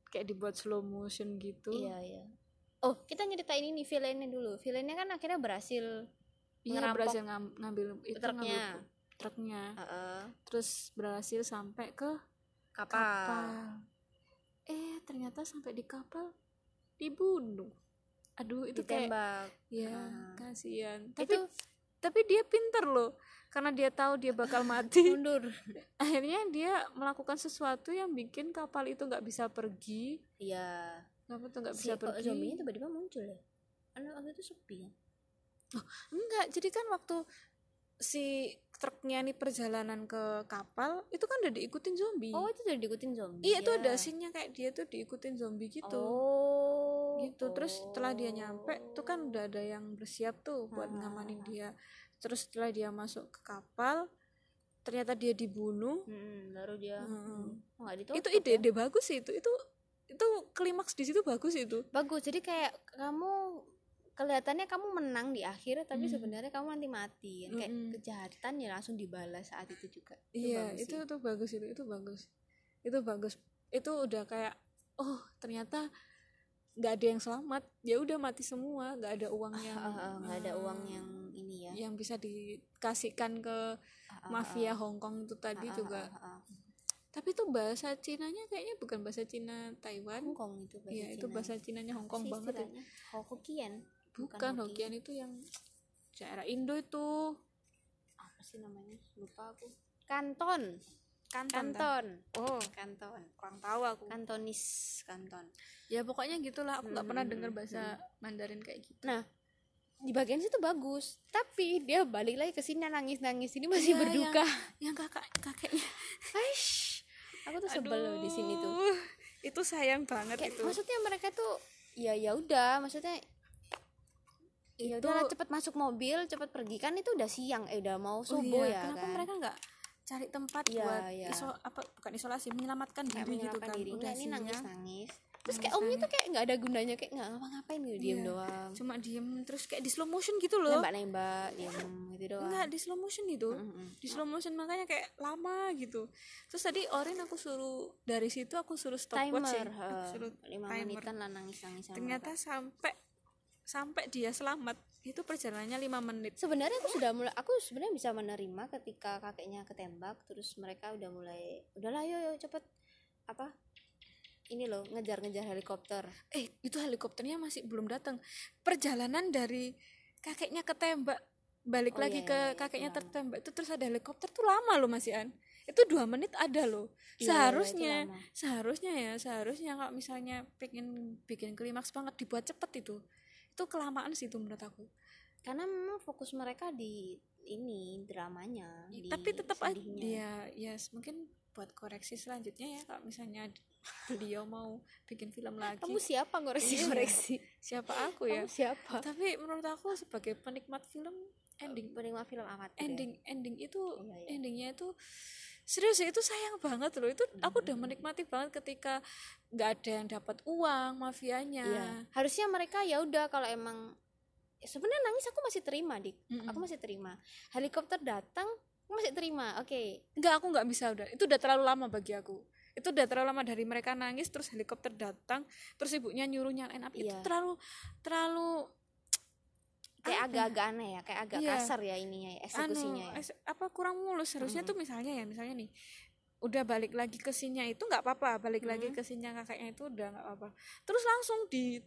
[SPEAKER 1] kayak dibuat slow motion gitu
[SPEAKER 2] iya iya oh kita nyeritain ini villainnya dulu villainnya kan akhirnya berhasil
[SPEAKER 1] Iya
[SPEAKER 2] ngerampok
[SPEAKER 1] berhasil ngam- ngambil itu
[SPEAKER 2] Truknya.
[SPEAKER 1] ngambil truknya
[SPEAKER 2] Heeh.
[SPEAKER 1] terus berhasil sampai ke
[SPEAKER 2] kapal.
[SPEAKER 1] kapal eh ternyata sampai di kapal dibunuh aduh itu kayak
[SPEAKER 2] ditembak
[SPEAKER 1] ya
[SPEAKER 2] Ah.
[SPEAKER 1] kasihan tapi
[SPEAKER 2] itu
[SPEAKER 1] tapi dia pinter loh karena dia tahu dia bakal mati
[SPEAKER 2] mundur
[SPEAKER 1] akhirnya dia melakukan sesuatu yang bikin kapal itu nggak bisa pergi
[SPEAKER 2] iya
[SPEAKER 1] kapal itu nggak
[SPEAKER 2] si
[SPEAKER 1] bisa
[SPEAKER 2] oh, zombinya
[SPEAKER 1] pergi
[SPEAKER 2] tiba-tiba muncul ya karena waktu itu sepi kan
[SPEAKER 1] enggak jadi kan waktu si truknya nih perjalanan ke kapal itu kan udah diikutin zombie
[SPEAKER 2] oh itu udah diikutin zombie
[SPEAKER 1] Iya itu ada
[SPEAKER 2] ya.
[SPEAKER 1] scene-nya kayak dia tuh diikutin zombie gitu.
[SPEAKER 2] oh
[SPEAKER 1] Gitu. Terus setelah dia nyampe tuh kan
[SPEAKER 2] oh.
[SPEAKER 1] udah ada yang bersiap tuh buat
[SPEAKER 2] Ah.
[SPEAKER 1] ngamanin dia. Terus setelah dia masuk ke kapal ternyata dia dibunuh.
[SPEAKER 2] Mm-mm, Hmm,
[SPEAKER 1] Iya.
[SPEAKER 2] baru dia
[SPEAKER 1] Mm-mm.
[SPEAKER 2] mm, nggak
[SPEAKER 1] itu
[SPEAKER 2] ditutup ya.
[SPEAKER 1] ide-ide bagus sih itu. Itu itu klimaks di situ bagus itu.
[SPEAKER 2] bagus jadi kayak kamu kelihatannya kamu menang di akhir tapi
[SPEAKER 1] Mm.
[SPEAKER 2] sebenarnya kamu nanti mati kan? kayak
[SPEAKER 1] Mm-mm.
[SPEAKER 2] kejahatan ya langsung dibalas saat itu juga Itu
[SPEAKER 1] Iya,
[SPEAKER 2] bagus
[SPEAKER 1] itu
[SPEAKER 2] sih.
[SPEAKER 1] itu bagus itu. Itu bagus. Itu bagus. Itu udah kayak oh, ternyata nggak ada yang selamat ya udah mati semua nggak ada uang yang
[SPEAKER 2] Ah, ah, nggak ada
[SPEAKER 1] eh,
[SPEAKER 2] uang yang ini ya
[SPEAKER 1] yang bisa dikasihkan ke
[SPEAKER 2] Ah, ah,
[SPEAKER 1] mafia Hong Kong itu
[SPEAKER 2] ah,
[SPEAKER 1] tadi
[SPEAKER 2] ah,
[SPEAKER 1] juga
[SPEAKER 2] ah, ah, ah.
[SPEAKER 1] tapi itu bahasa Cinanya kayaknya bukan bahasa Cina Taiwan
[SPEAKER 2] Hong Kong itu bahasa
[SPEAKER 1] ya itu
[SPEAKER 2] Cina.
[SPEAKER 1] bahasa Cinanya Hong Kong
[SPEAKER 2] Apa sih
[SPEAKER 1] banget ya.
[SPEAKER 2] istilahnya? Ho- Hokkien
[SPEAKER 1] bukan Hokkien itu yang daerah Indo itu
[SPEAKER 2] apa sih namanya lupa aku Kanton
[SPEAKER 1] Kanton,
[SPEAKER 2] Kanton
[SPEAKER 1] oh
[SPEAKER 2] Kanton
[SPEAKER 1] kurang tahu aku
[SPEAKER 2] Kantonis Kanton
[SPEAKER 1] ya pokoknya gitulah aku nggak pernah
[SPEAKER 2] Hmm,
[SPEAKER 1] dengar bahasa Mandarin kayak gitu
[SPEAKER 2] nah di bagian situ bagus tapi dia balik lagi ke sini nangis nangis ini masih
[SPEAKER 1] Iya,
[SPEAKER 2] berduka
[SPEAKER 1] yang, yang kakak kakeknya
[SPEAKER 2] Aish, aku tuh sebel loh di sini tuh
[SPEAKER 1] Aduh, itu sayang banget
[SPEAKER 2] Kayak,
[SPEAKER 1] itu
[SPEAKER 2] maksudnya mereka tuh ya ya udah maksudnya ya
[SPEAKER 1] Itu-
[SPEAKER 2] udahlah cepet masuk mobil cepet pergi kan itu udah siang eh udah
[SPEAKER 1] Oh
[SPEAKER 2] mau subuh
[SPEAKER 1] iya,
[SPEAKER 2] ya
[SPEAKER 1] kenapa
[SPEAKER 2] kan
[SPEAKER 1] mereka nggak cari tempat
[SPEAKER 2] Iya,
[SPEAKER 1] buat
[SPEAKER 2] iya.
[SPEAKER 1] iso apa bukan isolasi menyelamatkan
[SPEAKER 2] kayak
[SPEAKER 1] diri gitu
[SPEAKER 2] menyerahkan
[SPEAKER 1] kan
[SPEAKER 2] diri
[SPEAKER 1] udah
[SPEAKER 2] enggak ini
[SPEAKER 1] sinyal,
[SPEAKER 2] nangis nangis terus kayak
[SPEAKER 1] Nangis,
[SPEAKER 2] omnya tuh kayak nggak ada gunanya kayak nggak ngapa-ngapain gitu diem
[SPEAKER 1] Iya.
[SPEAKER 2] doang
[SPEAKER 1] cuma diem terus kayak di slow motion gitu loh
[SPEAKER 2] nembak nembak diem gitu doang
[SPEAKER 1] enggak di slow motion itu
[SPEAKER 2] Mm-mm.
[SPEAKER 1] di slow motion makanya kayak lama gitu terus tadi Orin aku suruh dari situ aku suruh
[SPEAKER 2] timer
[SPEAKER 1] stopwatch ya.
[SPEAKER 2] he, Iya,
[SPEAKER 1] Aku suruh
[SPEAKER 2] lima
[SPEAKER 1] timer.
[SPEAKER 2] menitan lah nangis nangis sama
[SPEAKER 1] ternyata
[SPEAKER 2] mereka.
[SPEAKER 1] sampai sampai dia selamat itu perjalanannya lima menit
[SPEAKER 2] sebenarnya aku sudah mulai aku sebenarnya bisa menerima ketika kakeknya ketembak terus mereka udah mulai udahlah yo yo cepet apa ini loh ngejar-ngejar helikopter
[SPEAKER 1] eh itu helikopternya masih belum datang perjalanan dari kakeknya ketembak balik
[SPEAKER 2] Oh,
[SPEAKER 1] lagi
[SPEAKER 2] iya,
[SPEAKER 1] ke
[SPEAKER 2] iya, iya, itu
[SPEAKER 1] kakeknya
[SPEAKER 2] lama.
[SPEAKER 1] tertembak itu terus ada helikopter tuh lama loh Mas Ian itu dua menit ada loh
[SPEAKER 2] Iya,
[SPEAKER 1] seharusnya
[SPEAKER 2] itu lama.
[SPEAKER 1] seharusnya ya seharusnya kalau misalnya pengen bikin klimaks banget dibuat cepet itu itu kelamaan sih itu menurut aku
[SPEAKER 2] karena memang fokus mereka di ini dramanya di
[SPEAKER 1] Iya, tapi tetap aja
[SPEAKER 2] sedihnya.
[SPEAKER 1] ya yes mungkin buat koreksi selanjutnya ya kalau misalnya beliau mau bikin film lagi
[SPEAKER 2] kamu siapa ngoreksi
[SPEAKER 1] Iya.
[SPEAKER 2] ngoreksi
[SPEAKER 1] siapa aku ya
[SPEAKER 2] kamu siapa
[SPEAKER 1] tapi menurut aku sebagai penikmat film ending
[SPEAKER 2] penerima film amat
[SPEAKER 1] ending ending itu
[SPEAKER 2] Iya, iya.
[SPEAKER 1] endingnya itu serius ya itu sayang banget loh itu aku udah menikmati banget ketika nggak ada yang dapat uang mafianya
[SPEAKER 2] Iya. harusnya mereka ya udah kalau emang ya sebenarnya nangis aku masih terima dik
[SPEAKER 1] Mm-mm.
[SPEAKER 2] aku masih terima helikopter datang aku masih terima oke
[SPEAKER 1] nggak aku nggak bisa udah itu udah terlalu lama bagi aku itu udah terlalu lama dari mereka nangis terus helikopter datang terus ibunya nyuruh nyalain api itu
[SPEAKER 2] Iya.
[SPEAKER 1] terlalu terlalu
[SPEAKER 2] kayak
[SPEAKER 1] Apa?
[SPEAKER 2] agak-agak aneh ya kayak agak
[SPEAKER 1] Iya.
[SPEAKER 2] kasar ya ininya ya,
[SPEAKER 1] anu,
[SPEAKER 2] eksekusinya ya Hmm.
[SPEAKER 1] es- apa kurang mulus harusnya tuh misalnya ya misalnya nih udah balik lagi ke sinnya itu nggak apa-apa balik lagi
[SPEAKER 2] Hmm.
[SPEAKER 1] ke sinnya kakaknya itu udah nggak apa-apa terus langsung di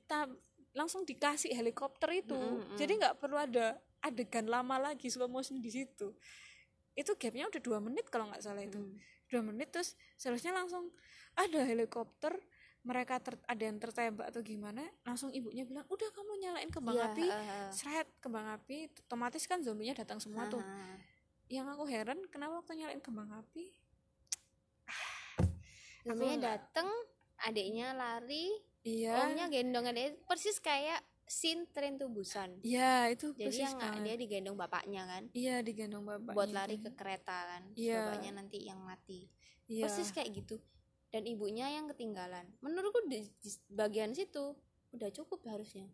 [SPEAKER 1] langsung dikasih helikopter itu
[SPEAKER 2] Mm-mm, mm.
[SPEAKER 1] jadi nggak perlu ada adegan lama lagi slow motion di situ itu gapnya udah dua menit kalau nggak salah itu
[SPEAKER 2] Mm.
[SPEAKER 1] dua menit terus seharusnya langsung ada helikopter mereka ter- ada yang tertembak atau gimana langsung ibunya bilang udah kamu nyalain kembang
[SPEAKER 2] Iya,
[SPEAKER 1] api
[SPEAKER 2] eh, eh.
[SPEAKER 1] seret kembang api otomatis kan zombinya datang semua tuh
[SPEAKER 2] Ah,
[SPEAKER 1] yang aku heran kenapa waktu nyalain kembang api
[SPEAKER 2] namanya
[SPEAKER 1] nggak-
[SPEAKER 2] datang adiknya lari
[SPEAKER 1] iya
[SPEAKER 2] omnya gendong adiknya persis kayak sin tren tubusan
[SPEAKER 1] iya itu
[SPEAKER 2] jadi
[SPEAKER 1] persis
[SPEAKER 2] yang
[SPEAKER 1] banget.
[SPEAKER 2] dia digendong bapaknya kan
[SPEAKER 1] iya digendong bapaknya
[SPEAKER 2] buat lari ke kereta kan terus
[SPEAKER 1] Iya.
[SPEAKER 2] bapaknya nanti yang mati
[SPEAKER 1] iya.
[SPEAKER 2] persis kayak gitu dan ibunya yang ketinggalan menurutku di, di bagian situ udah cukup harusnya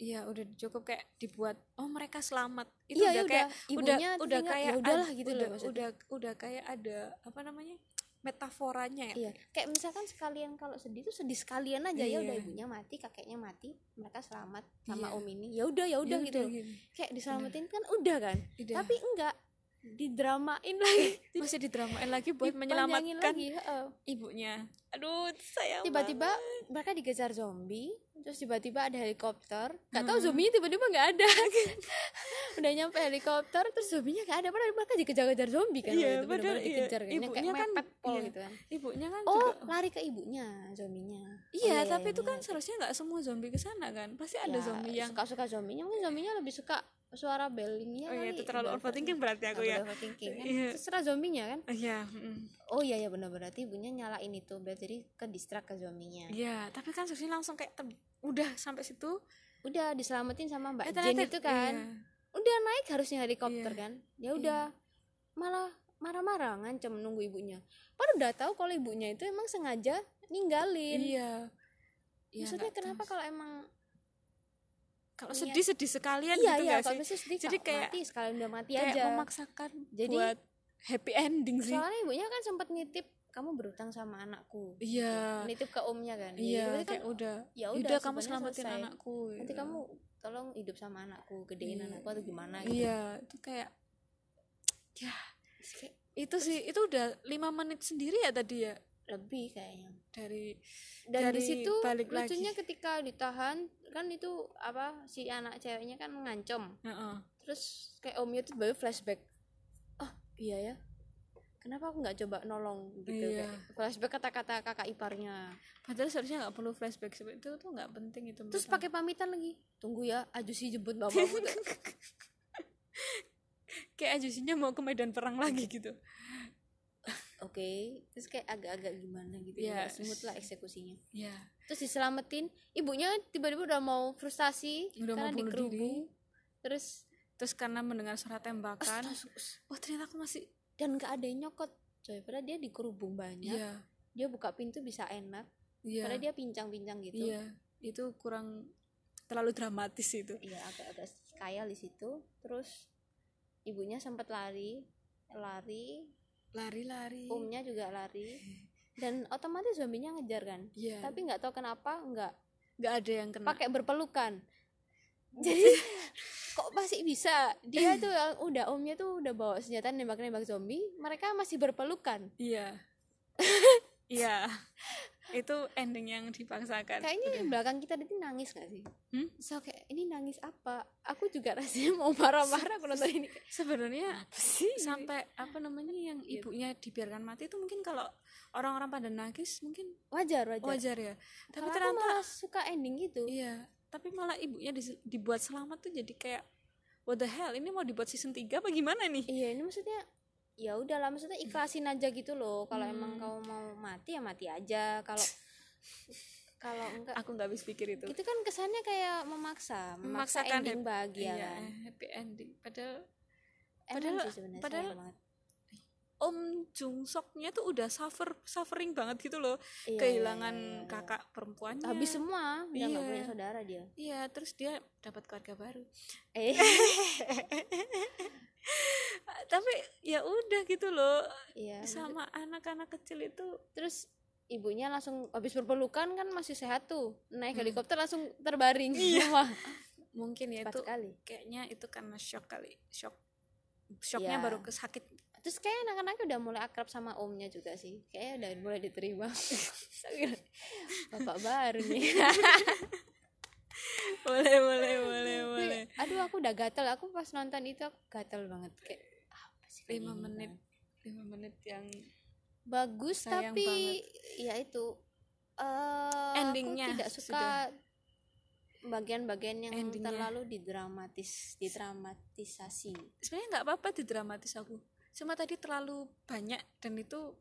[SPEAKER 1] iya udah cukup kayak dibuat oh mereka selamat itu
[SPEAKER 2] Iya,
[SPEAKER 1] udah
[SPEAKER 2] ya
[SPEAKER 1] kayak
[SPEAKER 2] udah. Ibunya
[SPEAKER 1] udah udah
[SPEAKER 2] teringat,
[SPEAKER 1] kayak
[SPEAKER 2] ya udahlah
[SPEAKER 1] ad-
[SPEAKER 2] gitu loh
[SPEAKER 1] udah,
[SPEAKER 2] maksudnya.
[SPEAKER 1] udah udah kayak ada apa namanya metaforanya ya
[SPEAKER 2] iya kayak misalkan sekalian kalau sedih tuh sedih sekalian aja
[SPEAKER 1] Iya.
[SPEAKER 2] ya udah ibunya mati kakeknya mati mereka selamat sama
[SPEAKER 1] Iya.
[SPEAKER 2] om ini ya udah ya udah gitu loh. kayak diselamatin kan udah kan
[SPEAKER 1] Udah.
[SPEAKER 2] tapi enggak didramain lagi
[SPEAKER 1] masih didramain lagi buat
[SPEAKER 2] Dipanjangin
[SPEAKER 1] menyelamatkan Ya
[SPEAKER 2] lagi heeh.
[SPEAKER 1] ibunya aduh sayang
[SPEAKER 2] tiba-tiba mereka dikejar zombie terus tiba-tiba ada helikopter nggak tahu zombinya tiba-tiba nggak ada udah nyampe helikopter terus zombinya nggak ada padahal mereka dikejar-kejar zombie kan
[SPEAKER 1] Iya,
[SPEAKER 2] waktu itu,
[SPEAKER 1] padahal
[SPEAKER 2] bener-bener
[SPEAKER 1] iya.
[SPEAKER 2] dikejar kan Yang
[SPEAKER 1] Ibunya
[SPEAKER 2] kayak
[SPEAKER 1] kan-
[SPEAKER 2] mepet pol
[SPEAKER 1] iya.
[SPEAKER 2] gitu kan
[SPEAKER 1] banget. ibunya kan
[SPEAKER 2] oh
[SPEAKER 1] juga
[SPEAKER 2] lari ke ibunya zombinya
[SPEAKER 1] Iya,
[SPEAKER 2] Oh,
[SPEAKER 1] tapi itu
[SPEAKER 2] iya.
[SPEAKER 1] kan seharusnya nggak semua zombie ke sana kan. Pasti ada
[SPEAKER 2] Ya,
[SPEAKER 1] zombie yang
[SPEAKER 2] suka-suka zombinya mungkin zombinya lebih suka suara bellingnya
[SPEAKER 1] Oh iya,
[SPEAKER 2] kali.
[SPEAKER 1] itu terlalu
[SPEAKER 2] Udah
[SPEAKER 1] overthinking berarti aku
[SPEAKER 2] Nggak
[SPEAKER 1] ya.
[SPEAKER 2] boleh overthinking kan
[SPEAKER 1] Iya.
[SPEAKER 2] terserah zombinya kan
[SPEAKER 1] Iya, mm.
[SPEAKER 2] oh iya ya benar berarti ibunya nyalain itu biar jadi ke distract ke zombinya
[SPEAKER 1] Iya, tapi kan seharusnya langsung kayak tem- udah sampai situ.
[SPEAKER 2] udah diselamatin sama
[SPEAKER 1] eh,
[SPEAKER 2] mbak Jen
[SPEAKER 1] ternyata-
[SPEAKER 2] itu kan
[SPEAKER 1] iya.
[SPEAKER 2] udah naik harusnya helikopter
[SPEAKER 1] Iya.
[SPEAKER 2] kan ya udah malah marah-marah ngancem nunggu ibunya padahal udah tahu kalau ibunya itu emang sengaja ninggalin
[SPEAKER 1] Iya. Iya, nggak
[SPEAKER 2] maksudnya kenapa
[SPEAKER 1] tahu.
[SPEAKER 2] kalau emang
[SPEAKER 1] kalau
[SPEAKER 2] niat-
[SPEAKER 1] sedih sedih sekalian
[SPEAKER 2] iya
[SPEAKER 1] gitu
[SPEAKER 2] iya
[SPEAKER 1] nggak
[SPEAKER 2] kalau
[SPEAKER 1] sih?
[SPEAKER 2] misalnya sedih
[SPEAKER 1] Jadi
[SPEAKER 2] jadi
[SPEAKER 1] kayak-
[SPEAKER 2] kayak mati sekalian udah mati
[SPEAKER 1] Kayak
[SPEAKER 2] aja
[SPEAKER 1] memaksakan
[SPEAKER 2] Jadi-
[SPEAKER 1] buat happy ending sih.
[SPEAKER 2] soalnya ibunya kan sempat nitip kamu berutang sama anakku
[SPEAKER 1] iya
[SPEAKER 2] menitip ke omnya kan
[SPEAKER 1] iya
[SPEAKER 2] Jadi kan
[SPEAKER 1] kayak udah
[SPEAKER 2] ya udah,
[SPEAKER 1] udah kamu
[SPEAKER 2] sebenarnya
[SPEAKER 1] selamatin
[SPEAKER 2] selesai.
[SPEAKER 1] anakku
[SPEAKER 2] nanti
[SPEAKER 1] gitu.
[SPEAKER 2] kamu tolong hidup sama anakku gedein
[SPEAKER 1] Iya.
[SPEAKER 2] anakku atau gimana gitu
[SPEAKER 1] iya itu kayak ya
[SPEAKER 2] Terus kayak
[SPEAKER 1] itu sih itu udah lima menit sendiri ya tadi ya
[SPEAKER 2] lebih kayaknya
[SPEAKER 1] dari
[SPEAKER 2] dan
[SPEAKER 1] Dari
[SPEAKER 2] di situ
[SPEAKER 1] balik lagi.
[SPEAKER 2] lucunya ketika ditahan kan itu apa si anak ceweknya kan ngancem
[SPEAKER 1] Heeh.
[SPEAKER 2] terus kayak omnya tuh baru flashback oh iya ya kenapa aku nggak coba nolong gitu
[SPEAKER 1] Iya.
[SPEAKER 2] kayak flashback kata-kata kakak iparnya
[SPEAKER 1] padahal seharusnya nggak perlu flashback seperti itu tuh nggak penting itu menurut
[SPEAKER 2] terus pakai pamitan lagi tunggu ya aju si jemput bapakmu tuh.
[SPEAKER 1] aku. kayak ajusinya mau ke medan perang lagi gitu
[SPEAKER 2] oke terus kayak agak-agak gimana gitu
[SPEAKER 1] Iya.
[SPEAKER 2] ya smooth lah eksekusinya
[SPEAKER 1] ya
[SPEAKER 2] terus diselamatin ibunya kan tiba-tiba udah mau frustasi
[SPEAKER 1] Udah mau
[SPEAKER 2] karena
[SPEAKER 1] bunuh
[SPEAKER 2] dikerubung
[SPEAKER 1] diri.
[SPEAKER 2] terus
[SPEAKER 1] terus karena mendengar suara tembakan
[SPEAKER 2] Astaga.
[SPEAKER 1] oh ternyata aku masih
[SPEAKER 2] dan nggak ada yang nyokot coy padahal dia dikerubung banyak
[SPEAKER 1] iya
[SPEAKER 2] dia buka pintu bisa enak
[SPEAKER 1] iya
[SPEAKER 2] padahal dia pincang-pincang gitu
[SPEAKER 1] iya itu kurang terlalu dramatis itu
[SPEAKER 2] iya agak-agak kaya di situ terus ibunya sempat lari lari
[SPEAKER 1] lari-lari
[SPEAKER 2] umnya juga lari dan otomatis zombinya ngejar kan
[SPEAKER 1] Iya.
[SPEAKER 2] tapi nggak tahu kenapa nggak
[SPEAKER 1] nggak ada yang kena
[SPEAKER 2] pakai berpelukan jadi kok masih bisa dia tuh yang udah omnya tuh udah bawa senjata nembak-nembak zombie mereka masih berpelukan
[SPEAKER 1] iya iya itu ending yang dipaksakan
[SPEAKER 2] kayaknya yang belakang kita tadi nangis gak sih
[SPEAKER 1] Hmm?
[SPEAKER 2] so kayak ini nangis apa aku juga rasanya mau marah-marah aku nonton ini
[SPEAKER 1] sebenarnya
[SPEAKER 2] sih
[SPEAKER 1] sampai apa namanya yang ibunya dibiarkan mati itu mungkin kalau orang-orang pada nangis mungkin
[SPEAKER 2] wajar wajar,
[SPEAKER 1] wajar ya tapi
[SPEAKER 2] tapi aku
[SPEAKER 1] ternyata
[SPEAKER 2] malah suka ending gitu
[SPEAKER 1] iya tapi malah ibunya dis- dibuat selamat tuh jadi kayak what the hell ini mau dibuat season 3 apa gimana nih
[SPEAKER 2] iya ini maksudnya ya udahlah maksudnya ikhlasin aja gitu loh kalau
[SPEAKER 1] Hmm.
[SPEAKER 2] emang kamu mau mati ya mati aja kalau kalau enggak
[SPEAKER 1] aku nggak habis pikir itu
[SPEAKER 2] itu kan kesannya kayak memaksa memaksa
[SPEAKER 1] gitu. Memaksakan
[SPEAKER 2] ending
[SPEAKER 1] hap-
[SPEAKER 2] bahagia
[SPEAKER 1] iya,
[SPEAKER 2] kan
[SPEAKER 1] happy ending padahal
[SPEAKER 2] Emang
[SPEAKER 1] Padahal-
[SPEAKER 2] sih sebenarnya
[SPEAKER 1] padahal-
[SPEAKER 2] sayang banget.
[SPEAKER 1] Om Jung Soknya tuh udah suffer suffering banget gitu loh
[SPEAKER 2] Iya,
[SPEAKER 1] kehilangan
[SPEAKER 2] iya, iya, iya.
[SPEAKER 1] kakak perempuannya
[SPEAKER 2] habis semua udah nggak
[SPEAKER 1] Iya.
[SPEAKER 2] punya saudara dia
[SPEAKER 1] iya terus dia dapat keluarga baru
[SPEAKER 2] eh
[SPEAKER 1] Ah, tapi ya udah gitu loh
[SPEAKER 2] iya
[SPEAKER 1] sama anak-anak kecil itu
[SPEAKER 2] terus ibunya langsung habis berpelukan kan masih sehat tuh
[SPEAKER 1] Hmm.
[SPEAKER 2] naik helikopter langsung terbaring wah
[SPEAKER 1] mungkin ya Iya.
[SPEAKER 2] cepat
[SPEAKER 1] itu
[SPEAKER 2] sekali
[SPEAKER 1] kayaknya itu karena shock kali shock shocknya
[SPEAKER 2] Iya.
[SPEAKER 1] baru ke sakit
[SPEAKER 2] terus kayak anak-anaknya udah mulai akrab sama omnya juga sih kayak udah mulai diterima Saya kira, bapak baru nih
[SPEAKER 1] boleh boleh
[SPEAKER 2] Iya,
[SPEAKER 1] boleh boleh
[SPEAKER 2] aduh aku udah gatel aku pas nonton itu aku gatel banget kayak apa sih kayak
[SPEAKER 1] lima
[SPEAKER 2] gini
[SPEAKER 1] menit
[SPEAKER 2] banget?
[SPEAKER 1] Iya. lima menit yang
[SPEAKER 2] bagus
[SPEAKER 1] Sayang
[SPEAKER 2] tapi
[SPEAKER 1] banget.
[SPEAKER 2] ya itu eh,
[SPEAKER 1] Endingnya
[SPEAKER 2] aku tidak suka
[SPEAKER 1] sudah.
[SPEAKER 2] bagian-bagian yang
[SPEAKER 1] Endingnya.
[SPEAKER 2] terlalu didramatis didramatisasi
[SPEAKER 1] sebenarnya nggak apa-apa di dramatis aku cuma tadi terlalu banyak dan itu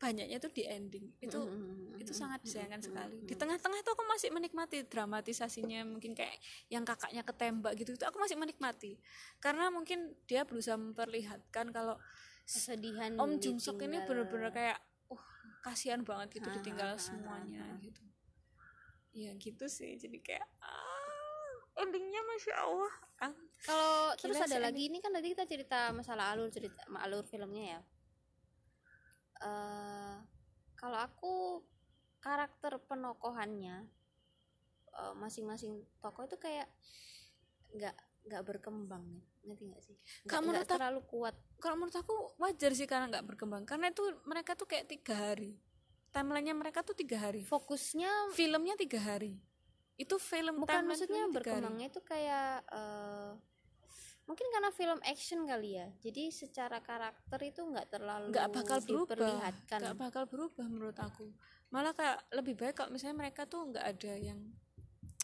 [SPEAKER 1] banyaknya tuh di ending itu
[SPEAKER 2] Mm-hmm.
[SPEAKER 1] itu sangat disayangkan sekali di tengah-tengah itu aku masih menikmati dramatisasinya mungkin kayak yang kakaknya ketembak gitu itu aku masih menikmati karena mungkin dia berusaha memperlihatkan kalau
[SPEAKER 2] kesedihan
[SPEAKER 1] Om Jung Suk ini
[SPEAKER 2] ditinggal.
[SPEAKER 1] bener-bener kayak uh kasihan banget gitu
[SPEAKER 2] Ah, ah,
[SPEAKER 1] ditinggal
[SPEAKER 2] ah,
[SPEAKER 1] semuanya
[SPEAKER 2] ah, ah.
[SPEAKER 1] gitu ya gitu sih jadi kayak ah, endingnya masya Allah Ah,
[SPEAKER 2] kalau
[SPEAKER 1] Gila
[SPEAKER 2] terus
[SPEAKER 1] sih,
[SPEAKER 2] ada
[SPEAKER 1] aneh.
[SPEAKER 2] lagi ini kan tadi kita cerita masalah alur cerita ma- alur filmnya ya eh kalau aku karakter penokohannya eh, masing-masing tokoh itu kayak nggak nggak berkembang ngerti nggak sih nggak
[SPEAKER 1] Kamu
[SPEAKER 2] nggak
[SPEAKER 1] tetap-
[SPEAKER 2] terlalu kuat
[SPEAKER 1] kalau menurut aku wajar sih karena nggak berkembang karena itu mereka tuh kayak tiga hari timelinenya mereka tuh tiga hari
[SPEAKER 2] fokusnya
[SPEAKER 1] filmnya tiga hari itu film
[SPEAKER 2] bukan
[SPEAKER 1] timeline
[SPEAKER 2] maksudnya
[SPEAKER 1] filmnya tiga hari.
[SPEAKER 2] berkembangnya itu kayak eh, mungkin karena film action kali ya jadi secara karakter itu nggak terlalu
[SPEAKER 1] nggak bakal berubah
[SPEAKER 2] diperlihatkan
[SPEAKER 1] nggak bakal berubah menurut aku malah kayak lebih baik kalau misalnya mereka tuh nggak ada yang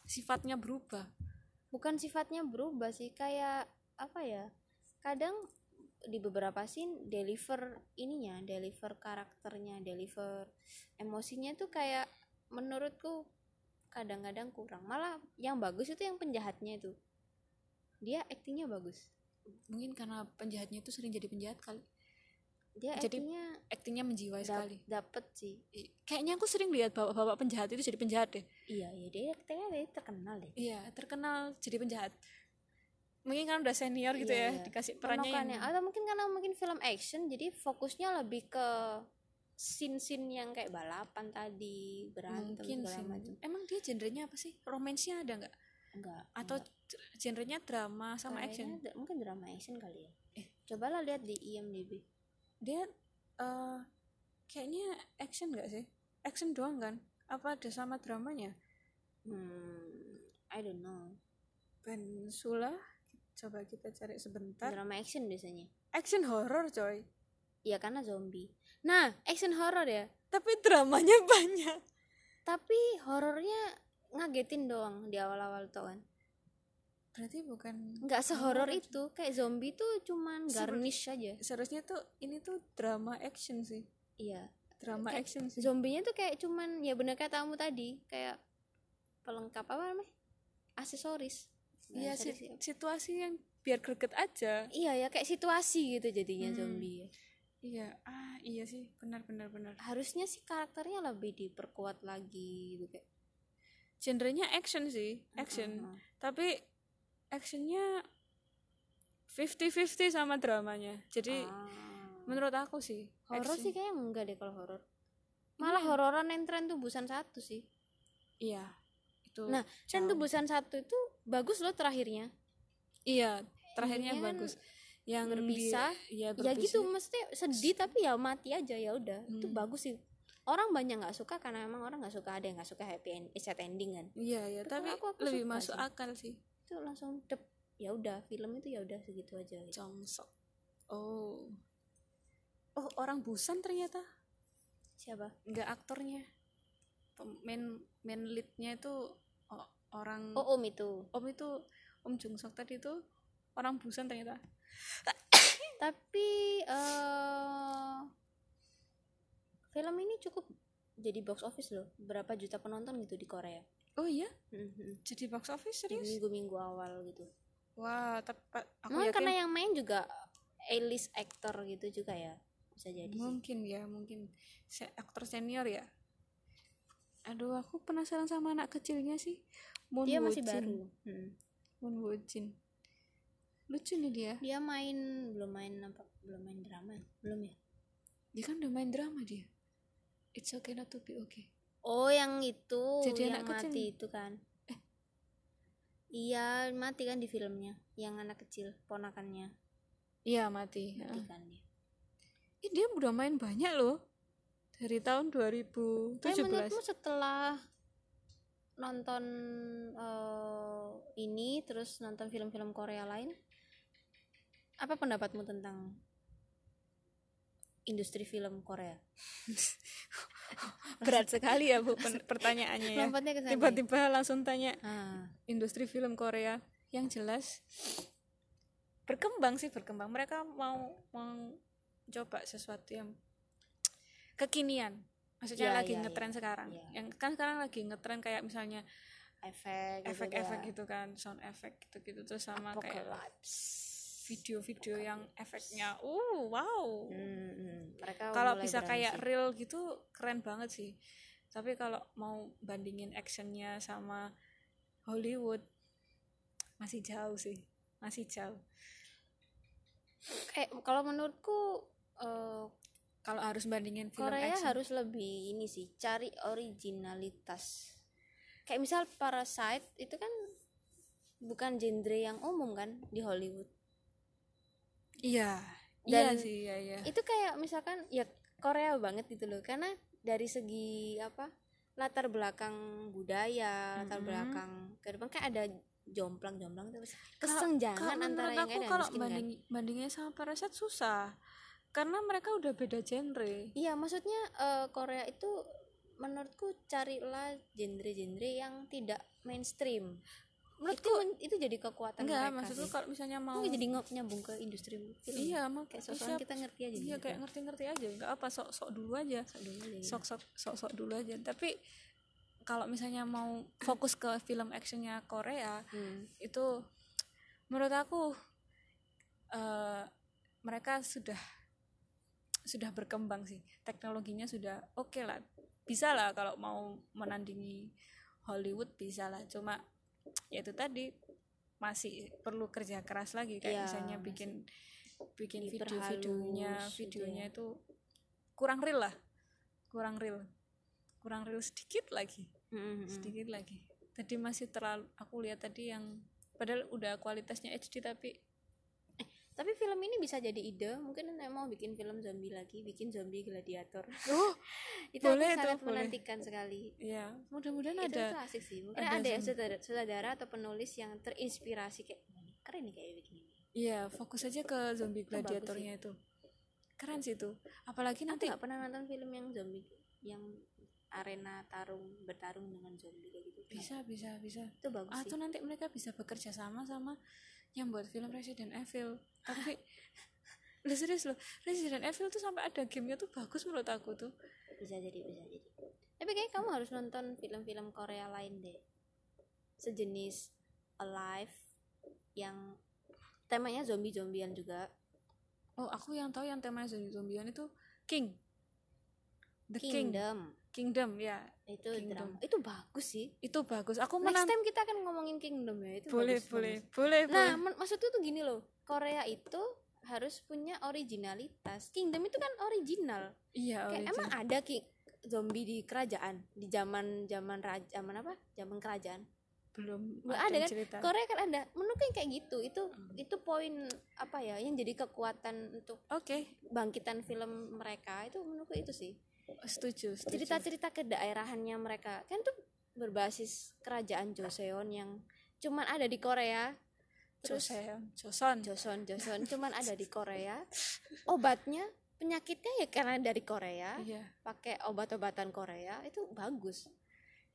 [SPEAKER 1] sifatnya berubah
[SPEAKER 2] bukan sifatnya berubah sih kayak apa ya kadang di beberapa scene deliver ininya deliver karakternya deliver emosinya tuh kayak menurutku kadang-kadang kurang malah yang bagus itu yang penjahatnya itu dia aktingnya bagus
[SPEAKER 1] mungkin karena penjahatnya itu sering jadi penjahat kali
[SPEAKER 2] dia
[SPEAKER 1] Jadi,
[SPEAKER 2] aktingnya
[SPEAKER 1] aktingnya menjiwai
[SPEAKER 2] dap-
[SPEAKER 1] sekali
[SPEAKER 2] dapet sih
[SPEAKER 1] I- kayaknya aku sering lihat bapak-bapak penjahat itu jadi penjahat deh
[SPEAKER 2] iya iya dia aktingnya dia terkenal deh
[SPEAKER 1] iya terkenal jadi penjahat mungkin kan udah senior gitu
[SPEAKER 2] Iya,
[SPEAKER 1] ya
[SPEAKER 2] iya.
[SPEAKER 1] dikasih perannya yang
[SPEAKER 2] Penokannya. atau mungkin karena mungkin film action jadi fokusnya lebih ke sin-sin yang kayak balapan tadi berantem
[SPEAKER 1] mungkin
[SPEAKER 2] segala
[SPEAKER 1] sih
[SPEAKER 2] macam
[SPEAKER 1] emang dia genrenya apa sih romansnya ada nggak
[SPEAKER 2] enggak
[SPEAKER 1] atau j- genrenya drama sama
[SPEAKER 2] Kayaknya
[SPEAKER 1] action
[SPEAKER 2] dra- mungkin drama action kali ya
[SPEAKER 1] Eh.
[SPEAKER 2] cobalah lihat di IMDb
[SPEAKER 1] dia eh kayaknya action nggak sih action doang kan apa ada sama dramanya
[SPEAKER 2] hmm I don't know
[SPEAKER 1] Peninsula coba kita cari sebentar
[SPEAKER 2] drama action biasanya
[SPEAKER 1] action horror coy
[SPEAKER 2] ya karena zombie nah action horror ya
[SPEAKER 1] tapi dramanya banyak
[SPEAKER 2] tapi horornya ngagetin doang di awal-awal tuh kan
[SPEAKER 1] berarti bukan
[SPEAKER 2] nggak sehoror
[SPEAKER 1] horor.
[SPEAKER 2] itu kayak zombie tuh cuman
[SPEAKER 1] Seperti-
[SPEAKER 2] garnish aja
[SPEAKER 1] seharusnya tuh ini tuh drama action sih
[SPEAKER 2] iya
[SPEAKER 1] drama
[SPEAKER 2] Kayak
[SPEAKER 1] action sih
[SPEAKER 2] zombinya tuh kayak cuman ya bener kata kamu tadi kayak pelengkap apa namanya aksesoris Nggak
[SPEAKER 1] iya
[SPEAKER 2] aksesoris
[SPEAKER 1] si-
[SPEAKER 2] ya.
[SPEAKER 1] situasi yang biar greget aja
[SPEAKER 2] iya ya kayak situasi gitu jadinya
[SPEAKER 1] Hmm.
[SPEAKER 2] zombie ya.
[SPEAKER 1] iya ah iya sih benar benar benar
[SPEAKER 2] harusnya sih karakternya lebih diperkuat lagi gitu kayak
[SPEAKER 1] genrenya action sih action
[SPEAKER 2] Heeh.
[SPEAKER 1] tapi actionnya 50-50 sama dramanya jadi
[SPEAKER 2] Ah.
[SPEAKER 1] menurut aku sih
[SPEAKER 2] horor
[SPEAKER 1] action-
[SPEAKER 2] sih Iya. kayaknya enggak deh kalau horor malah hororan yang tren tuh busan satu sih
[SPEAKER 1] iya itu
[SPEAKER 2] nah tren tuh busan satu itu bagus loh terakhirnya
[SPEAKER 1] iya terakhirnya
[SPEAKER 2] Endingnya kan
[SPEAKER 1] bagus yang
[SPEAKER 2] berpisah,
[SPEAKER 1] di- iya,
[SPEAKER 2] ya
[SPEAKER 1] berpisah.
[SPEAKER 2] gitu mesti sedih tapi ya mati aja ya udah itu
[SPEAKER 1] Hmm.
[SPEAKER 2] bagus sih orang banyak nggak suka karena emang orang nggak suka ada yang nggak suka happy end eh, sad ending kan
[SPEAKER 1] iya iya
[SPEAKER 2] Tapi
[SPEAKER 1] tapi
[SPEAKER 2] aku- aku
[SPEAKER 1] lebih
[SPEAKER 2] suka
[SPEAKER 1] masuk
[SPEAKER 2] sih.
[SPEAKER 1] akal sih
[SPEAKER 2] itu langsung dep ya udah film itu ya udah segitu aja gitu.
[SPEAKER 1] Jongsok oh oh orang Busan ternyata
[SPEAKER 2] siapa
[SPEAKER 1] nggak aktornya Pem- main main leadnya itu o- orang
[SPEAKER 2] oh om itu
[SPEAKER 1] om itu om Jungsok tadi itu orang Busan ternyata
[SPEAKER 2] tapi eh film ini cukup jadi box office loh berapa juta penonton gitu di Korea
[SPEAKER 1] oh iya
[SPEAKER 2] Mhm.
[SPEAKER 1] jadi box office
[SPEAKER 2] di
[SPEAKER 1] serius
[SPEAKER 2] minggu-minggu awal gitu
[SPEAKER 1] wah tapi pa- aku
[SPEAKER 2] mungkin
[SPEAKER 1] yakin
[SPEAKER 2] karena yang main juga A-list actor gitu juga ya bisa jadi sih.
[SPEAKER 1] mungkin ya mungkin Se- aktor senior ya aduh aku penasaran sama anak kecilnya sih Moon
[SPEAKER 2] dia
[SPEAKER 1] Woo
[SPEAKER 2] masih
[SPEAKER 1] Jin.
[SPEAKER 2] baru Mhm.
[SPEAKER 1] Moon Woo Jin lucu nih dia
[SPEAKER 2] dia main belum main apa belum main drama ya? belum ya
[SPEAKER 1] dia kan udah main drama dia it's okay not to be okay
[SPEAKER 2] oh yang itu
[SPEAKER 1] Jadi
[SPEAKER 2] yang
[SPEAKER 1] anak kecil. Eh.
[SPEAKER 2] mati itu kan iya mati kan di filmnya yang anak kecil ponakannya
[SPEAKER 1] iya mati
[SPEAKER 2] mati kan dia
[SPEAKER 1] Ih, dia udah main banyak loh dari tahun
[SPEAKER 2] Tapi
[SPEAKER 1] 2017
[SPEAKER 2] menurutmu setelah nonton eh, ini terus nonton film-film Korea lain apa pendapatmu tentang industri film Korea?
[SPEAKER 1] berat sekali ya bu pen- pertanyaannya ya
[SPEAKER 2] Lompatnya ke sana.
[SPEAKER 1] tiba-tiba langsung tanya
[SPEAKER 2] Ah,
[SPEAKER 1] industri film Korea yang jelas berkembang sih berkembang mereka mau mau coba sesuatu yang kekinian maksudnya
[SPEAKER 2] Ya,
[SPEAKER 1] lagi
[SPEAKER 2] ya,
[SPEAKER 1] ngetren
[SPEAKER 2] ya,
[SPEAKER 1] sekarang
[SPEAKER 2] ya.
[SPEAKER 1] yang kan sekarang lagi ngetren kayak misalnya
[SPEAKER 2] efek gitu
[SPEAKER 1] efek-efek
[SPEAKER 2] ya.
[SPEAKER 1] gitu kan sound efek gitu-gitu terus sama kayak
[SPEAKER 2] Apocalypse.
[SPEAKER 1] video-video yang efeknya uh wow
[SPEAKER 2] Hmm, hmm. mereka
[SPEAKER 1] kalau
[SPEAKER 2] mulai
[SPEAKER 1] bisa
[SPEAKER 2] berani
[SPEAKER 1] kayak
[SPEAKER 2] sih.
[SPEAKER 1] real gitu keren banget sih tapi kalau mau bandingin actionnya sama Hollywood masih jauh sih masih jauh
[SPEAKER 2] eh kalau menurutku eh,
[SPEAKER 1] kalau harus bandingin film
[SPEAKER 2] Korea
[SPEAKER 1] action
[SPEAKER 2] harus lebih ini sih cari originalitas kayak misal Parasite itu kan bukan genre yang umum kan di Hollywood
[SPEAKER 1] iya iya
[SPEAKER 2] Dan-
[SPEAKER 1] sih iya iya
[SPEAKER 2] itu kayak misalkan ya Korea banget gitu loh karena dari segi apa latar belakang budaya latar
[SPEAKER 1] Mm-mm.
[SPEAKER 2] belakang kehidupan kayak ada jomplang-jomplang terus
[SPEAKER 1] Kalau-
[SPEAKER 2] kesengjangan
[SPEAKER 1] kalau
[SPEAKER 2] kan antara
[SPEAKER 1] menurut
[SPEAKER 2] yang
[SPEAKER 1] aku
[SPEAKER 2] kaya dan
[SPEAKER 1] kalau
[SPEAKER 2] miskin kan.
[SPEAKER 1] banding bandingnya sama Parasite susah karena mereka udah beda genre
[SPEAKER 2] Iya, maksudnya eh, Korea itu menurutku carilah genre-genre yang tidak mainstream. Menurutku itu, men- itu jadi kekuatan
[SPEAKER 1] enggak
[SPEAKER 2] mereka.
[SPEAKER 1] maksud lu
[SPEAKER 2] sih.
[SPEAKER 1] kalau misalnya mau
[SPEAKER 2] Mungkin jadi ngo- nyambung ke industri film.
[SPEAKER 1] iya mau
[SPEAKER 2] Kayak sosokan kita ngerti aja.
[SPEAKER 1] iya
[SPEAKER 2] gitu.
[SPEAKER 1] kayak ngerti-ngerti aja nggak apa sok-sok dulu aja
[SPEAKER 2] Sok dulu aja gitu.
[SPEAKER 1] sok-sok sok-sok dulu aja tapi kalau misalnya mau fokus ke film actionnya Korea
[SPEAKER 2] Hmm.
[SPEAKER 1] itu menurut aku eh, mereka sudah sudah berkembang sih teknologinya sudah oke lah bisa lah kalau mau menandingi Hollywood bisa lah cuma ya itu tadi masih perlu kerja keras lagi kayak
[SPEAKER 2] Iya,
[SPEAKER 1] misalnya
[SPEAKER 2] masih
[SPEAKER 1] bikin bikin
[SPEAKER 2] diperhalus
[SPEAKER 1] video-videonya
[SPEAKER 2] gitu
[SPEAKER 1] videonya
[SPEAKER 2] ya.
[SPEAKER 1] itu kurang real lah kurang real kurang real sedikit lagi sedikit lagi tadi masih terlalu aku lihat tadi yang padahal udah kualitasnya HD tapi
[SPEAKER 2] tapi film ini bisa jadi ide mungkin Nek mau bikin film zombie lagi bikin zombie gladiator
[SPEAKER 1] oh
[SPEAKER 2] itu aku
[SPEAKER 1] Boleh tuh,
[SPEAKER 2] sangat
[SPEAKER 1] boleh.
[SPEAKER 2] menantikan sekali
[SPEAKER 1] ya mudah-mudahan
[SPEAKER 2] itu,
[SPEAKER 1] ada
[SPEAKER 2] itu asik sih mungkin
[SPEAKER 1] ada
[SPEAKER 2] ada, ya
[SPEAKER 1] zombie.
[SPEAKER 2] saudara, saudara atau penulis yang terinspirasi kayak "Hmm, keren nih kayak bikin ini
[SPEAKER 1] Iya, fokus aja ke zombie
[SPEAKER 2] bagus sih.
[SPEAKER 1] gladiatornya itu. Keren sih itu. Apalagi
[SPEAKER 2] aku
[SPEAKER 1] nanti
[SPEAKER 2] nggak pernah nonton film yang zombie gitu, yang arena tarung bertarung dengan zombie kayak gitu
[SPEAKER 1] bisa Ah, bisa bisa.
[SPEAKER 2] itu bagus sih
[SPEAKER 1] Atau nanti mereka bisa bekerja sama sama yang buat film Resident Evil. Tapi lu serius loh, Resident Evil tuh sampai ada gamenya tuh bagus menurut aku tuh.
[SPEAKER 2] bisa jadi bisa jadi tapi kayak kamu harus nonton film-film Korea lain deh sejenis Alive yang temanya zombie-zombian juga
[SPEAKER 1] Oh, aku yang tahu yang temanya zombie-zombian itu King. The King.
[SPEAKER 2] Kingdom
[SPEAKER 1] Kingdom ya.
[SPEAKER 2] itu
[SPEAKER 1] Kingdom.
[SPEAKER 2] drama itu bagus sih
[SPEAKER 1] Itu bagus. Aku
[SPEAKER 2] next
[SPEAKER 1] menang.
[SPEAKER 2] time kita akan ngomongin Kingdom ya itu
[SPEAKER 1] Boleh,
[SPEAKER 2] bagus,
[SPEAKER 1] boleh,
[SPEAKER 2] bagus.
[SPEAKER 1] boleh, boleh.
[SPEAKER 2] nah men- maksudku tuh gini loh Korea itu harus punya originalitas Kingdom itu kan original
[SPEAKER 1] Iya,
[SPEAKER 2] kayak
[SPEAKER 1] origin.
[SPEAKER 2] emang ada ki zombie di kerajaan di zaman zaman raja zaman apa zaman kerajaan
[SPEAKER 1] belum
[SPEAKER 2] Nggak ada kan?
[SPEAKER 1] cerita.
[SPEAKER 2] Korea kan ada menu kan kayak gitu itu
[SPEAKER 1] Hmm.
[SPEAKER 2] itu poin apa ya yang jadi kekuatan untuk
[SPEAKER 1] Oke,
[SPEAKER 2] bangkitan film mereka itu menurutku itu sih
[SPEAKER 1] setuju, setuju.
[SPEAKER 2] cerita-cerita kedaerahannya mereka kan tuh berbasis kerajaan Joseon yang cuman ada di Korea terus
[SPEAKER 1] Joseon Joseon
[SPEAKER 2] Joseon Joseon cuman ada di Korea obatnya penyakitnya ya karena dari Korea
[SPEAKER 1] iya
[SPEAKER 2] pakai obat-obatan Korea itu bagus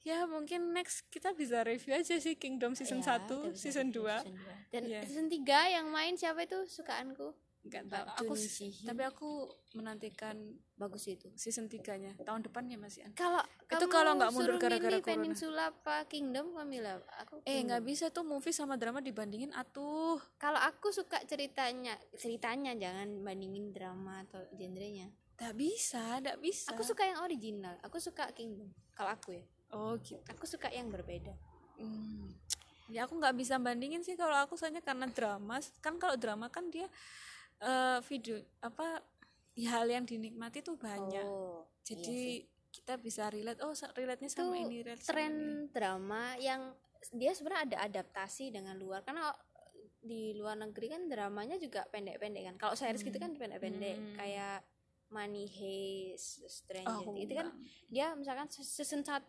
[SPEAKER 1] ya mungkin next kita bisa review aja sih Kingdom season
[SPEAKER 2] Ya,
[SPEAKER 1] 1
[SPEAKER 2] terus
[SPEAKER 1] season
[SPEAKER 2] ada
[SPEAKER 1] 2
[SPEAKER 2] season dua. dan
[SPEAKER 1] Iya.
[SPEAKER 2] season 3 yang main siapa itu sukaanku
[SPEAKER 1] nggak
[SPEAKER 2] Mbak
[SPEAKER 1] tahu aku
[SPEAKER 2] Jun
[SPEAKER 1] s-
[SPEAKER 2] Ji Hyun.
[SPEAKER 1] tapi aku menantikan
[SPEAKER 2] bagus itu
[SPEAKER 1] season 3 nya tahun depannya Eh, masih an
[SPEAKER 2] kalau
[SPEAKER 1] Itu
[SPEAKER 2] kamu
[SPEAKER 1] kalau nggak mundur
[SPEAKER 2] suruh
[SPEAKER 1] gara-gara
[SPEAKER 2] milih
[SPEAKER 1] corona.
[SPEAKER 2] peninsula apa kingdom kamu milih apa? aku
[SPEAKER 1] eh nggak
[SPEAKER 2] Kingdom.
[SPEAKER 1] bisa tuh movie sama drama dibandingin atuh
[SPEAKER 2] kalau aku suka ceritanya ceritanya jangan bandingin drama atau genrenya
[SPEAKER 1] nggak bisa nggak bisa
[SPEAKER 2] aku suka yang original aku suka kingdom kalau aku ya
[SPEAKER 1] oh gitu
[SPEAKER 2] aku suka yang berbeda
[SPEAKER 1] Hmm. ya aku nggak bisa bandingin sih kalau aku soalnya karena drama kan kalau drama kan dia eh, video apa ya hal yang dinikmati tuh banyak
[SPEAKER 2] oh iya sih.
[SPEAKER 1] jadi kita bisa relate oh sa- relate nya
[SPEAKER 2] itu
[SPEAKER 1] sama ini relate sama
[SPEAKER 2] tren
[SPEAKER 1] ini.
[SPEAKER 2] drama yang dia sebenarnya ada adaptasi dengan luar karena di luar negeri kan dramanya juga pendek-pendek kan kalau series gitu kan pendek-pendek
[SPEAKER 1] Hmm.
[SPEAKER 2] kayak Money Heist,
[SPEAKER 1] oh,
[SPEAKER 2] Stranger
[SPEAKER 1] aku
[SPEAKER 2] Things itu kan
[SPEAKER 1] kurang.
[SPEAKER 2] dia misalkan se- season 1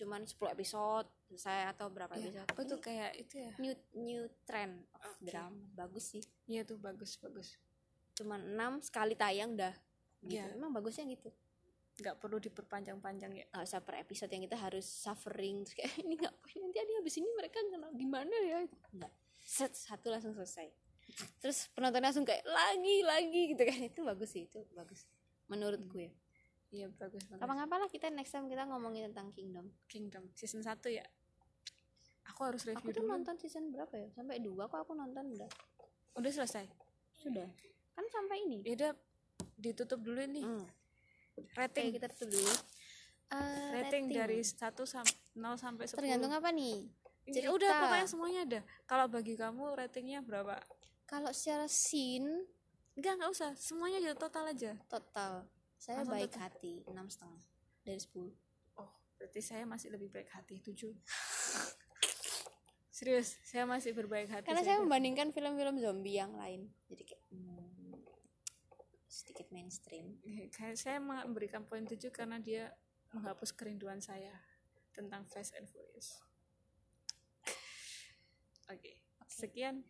[SPEAKER 2] cuman 10 episode selesai atau berapa
[SPEAKER 1] Ya,
[SPEAKER 2] episode
[SPEAKER 1] apa tuh
[SPEAKER 2] Ini
[SPEAKER 1] kayak itu ya
[SPEAKER 2] new new trend of
[SPEAKER 1] Oke.
[SPEAKER 2] drama bagus sih
[SPEAKER 1] iya tuh bagus bagus
[SPEAKER 2] cuman 6 sekali tayang dah gitu.
[SPEAKER 1] Iya.
[SPEAKER 2] emang bagusnya gitu
[SPEAKER 1] nggak perlu diperpanjang-panjang ya
[SPEAKER 2] nggak usah per uh, episode yang kita harus suffering terus kayak "Eh, ini ngapain nanti ada habis ini mereka kena gimana ya nggak set satu langsung selesai terus penonton langsung kayak lagi lagi gitu kan itu bagus sih itu bagus menurutku ya
[SPEAKER 1] iya bagus banget
[SPEAKER 2] apa-apa lah kita next time kita ngomongin tentang Kingdom
[SPEAKER 1] Kingdom season 1 ya aku harus review
[SPEAKER 2] aku tuh
[SPEAKER 1] dulu
[SPEAKER 2] nonton season berapa ya sampai dua kok aku nonton udah
[SPEAKER 1] udah selesai
[SPEAKER 2] sudah kan sampai ini
[SPEAKER 1] ya udah ditutup dulu nih
[SPEAKER 2] hmm.
[SPEAKER 1] rating
[SPEAKER 2] Oke, kita tutup dulu Eh,
[SPEAKER 1] rating dari 1 sampai 0 sampai 10
[SPEAKER 2] tergantung apa nih
[SPEAKER 1] ya udah
[SPEAKER 2] cerita.
[SPEAKER 1] pokoknya semuanya ada kalau bagi kamu ratingnya berapa
[SPEAKER 2] kalau secara scene
[SPEAKER 1] enggak nggak usah semuanya aja total aja
[SPEAKER 2] total saya
[SPEAKER 1] Langsung
[SPEAKER 2] baik
[SPEAKER 1] tutup.
[SPEAKER 2] hati enam setengah dari 10
[SPEAKER 1] Oh, berarti saya masih lebih baik hati tujuh. Serius, saya masih berbaik hati.
[SPEAKER 2] karena saya membandingkan film-film zombie yang lain jadi kayak hmm, sedikit mainstream
[SPEAKER 1] saya, Iya, saya memberikan poin tujuh karena dia menghapus kerinduan saya tentang Fast and Furious. Oke, sekian.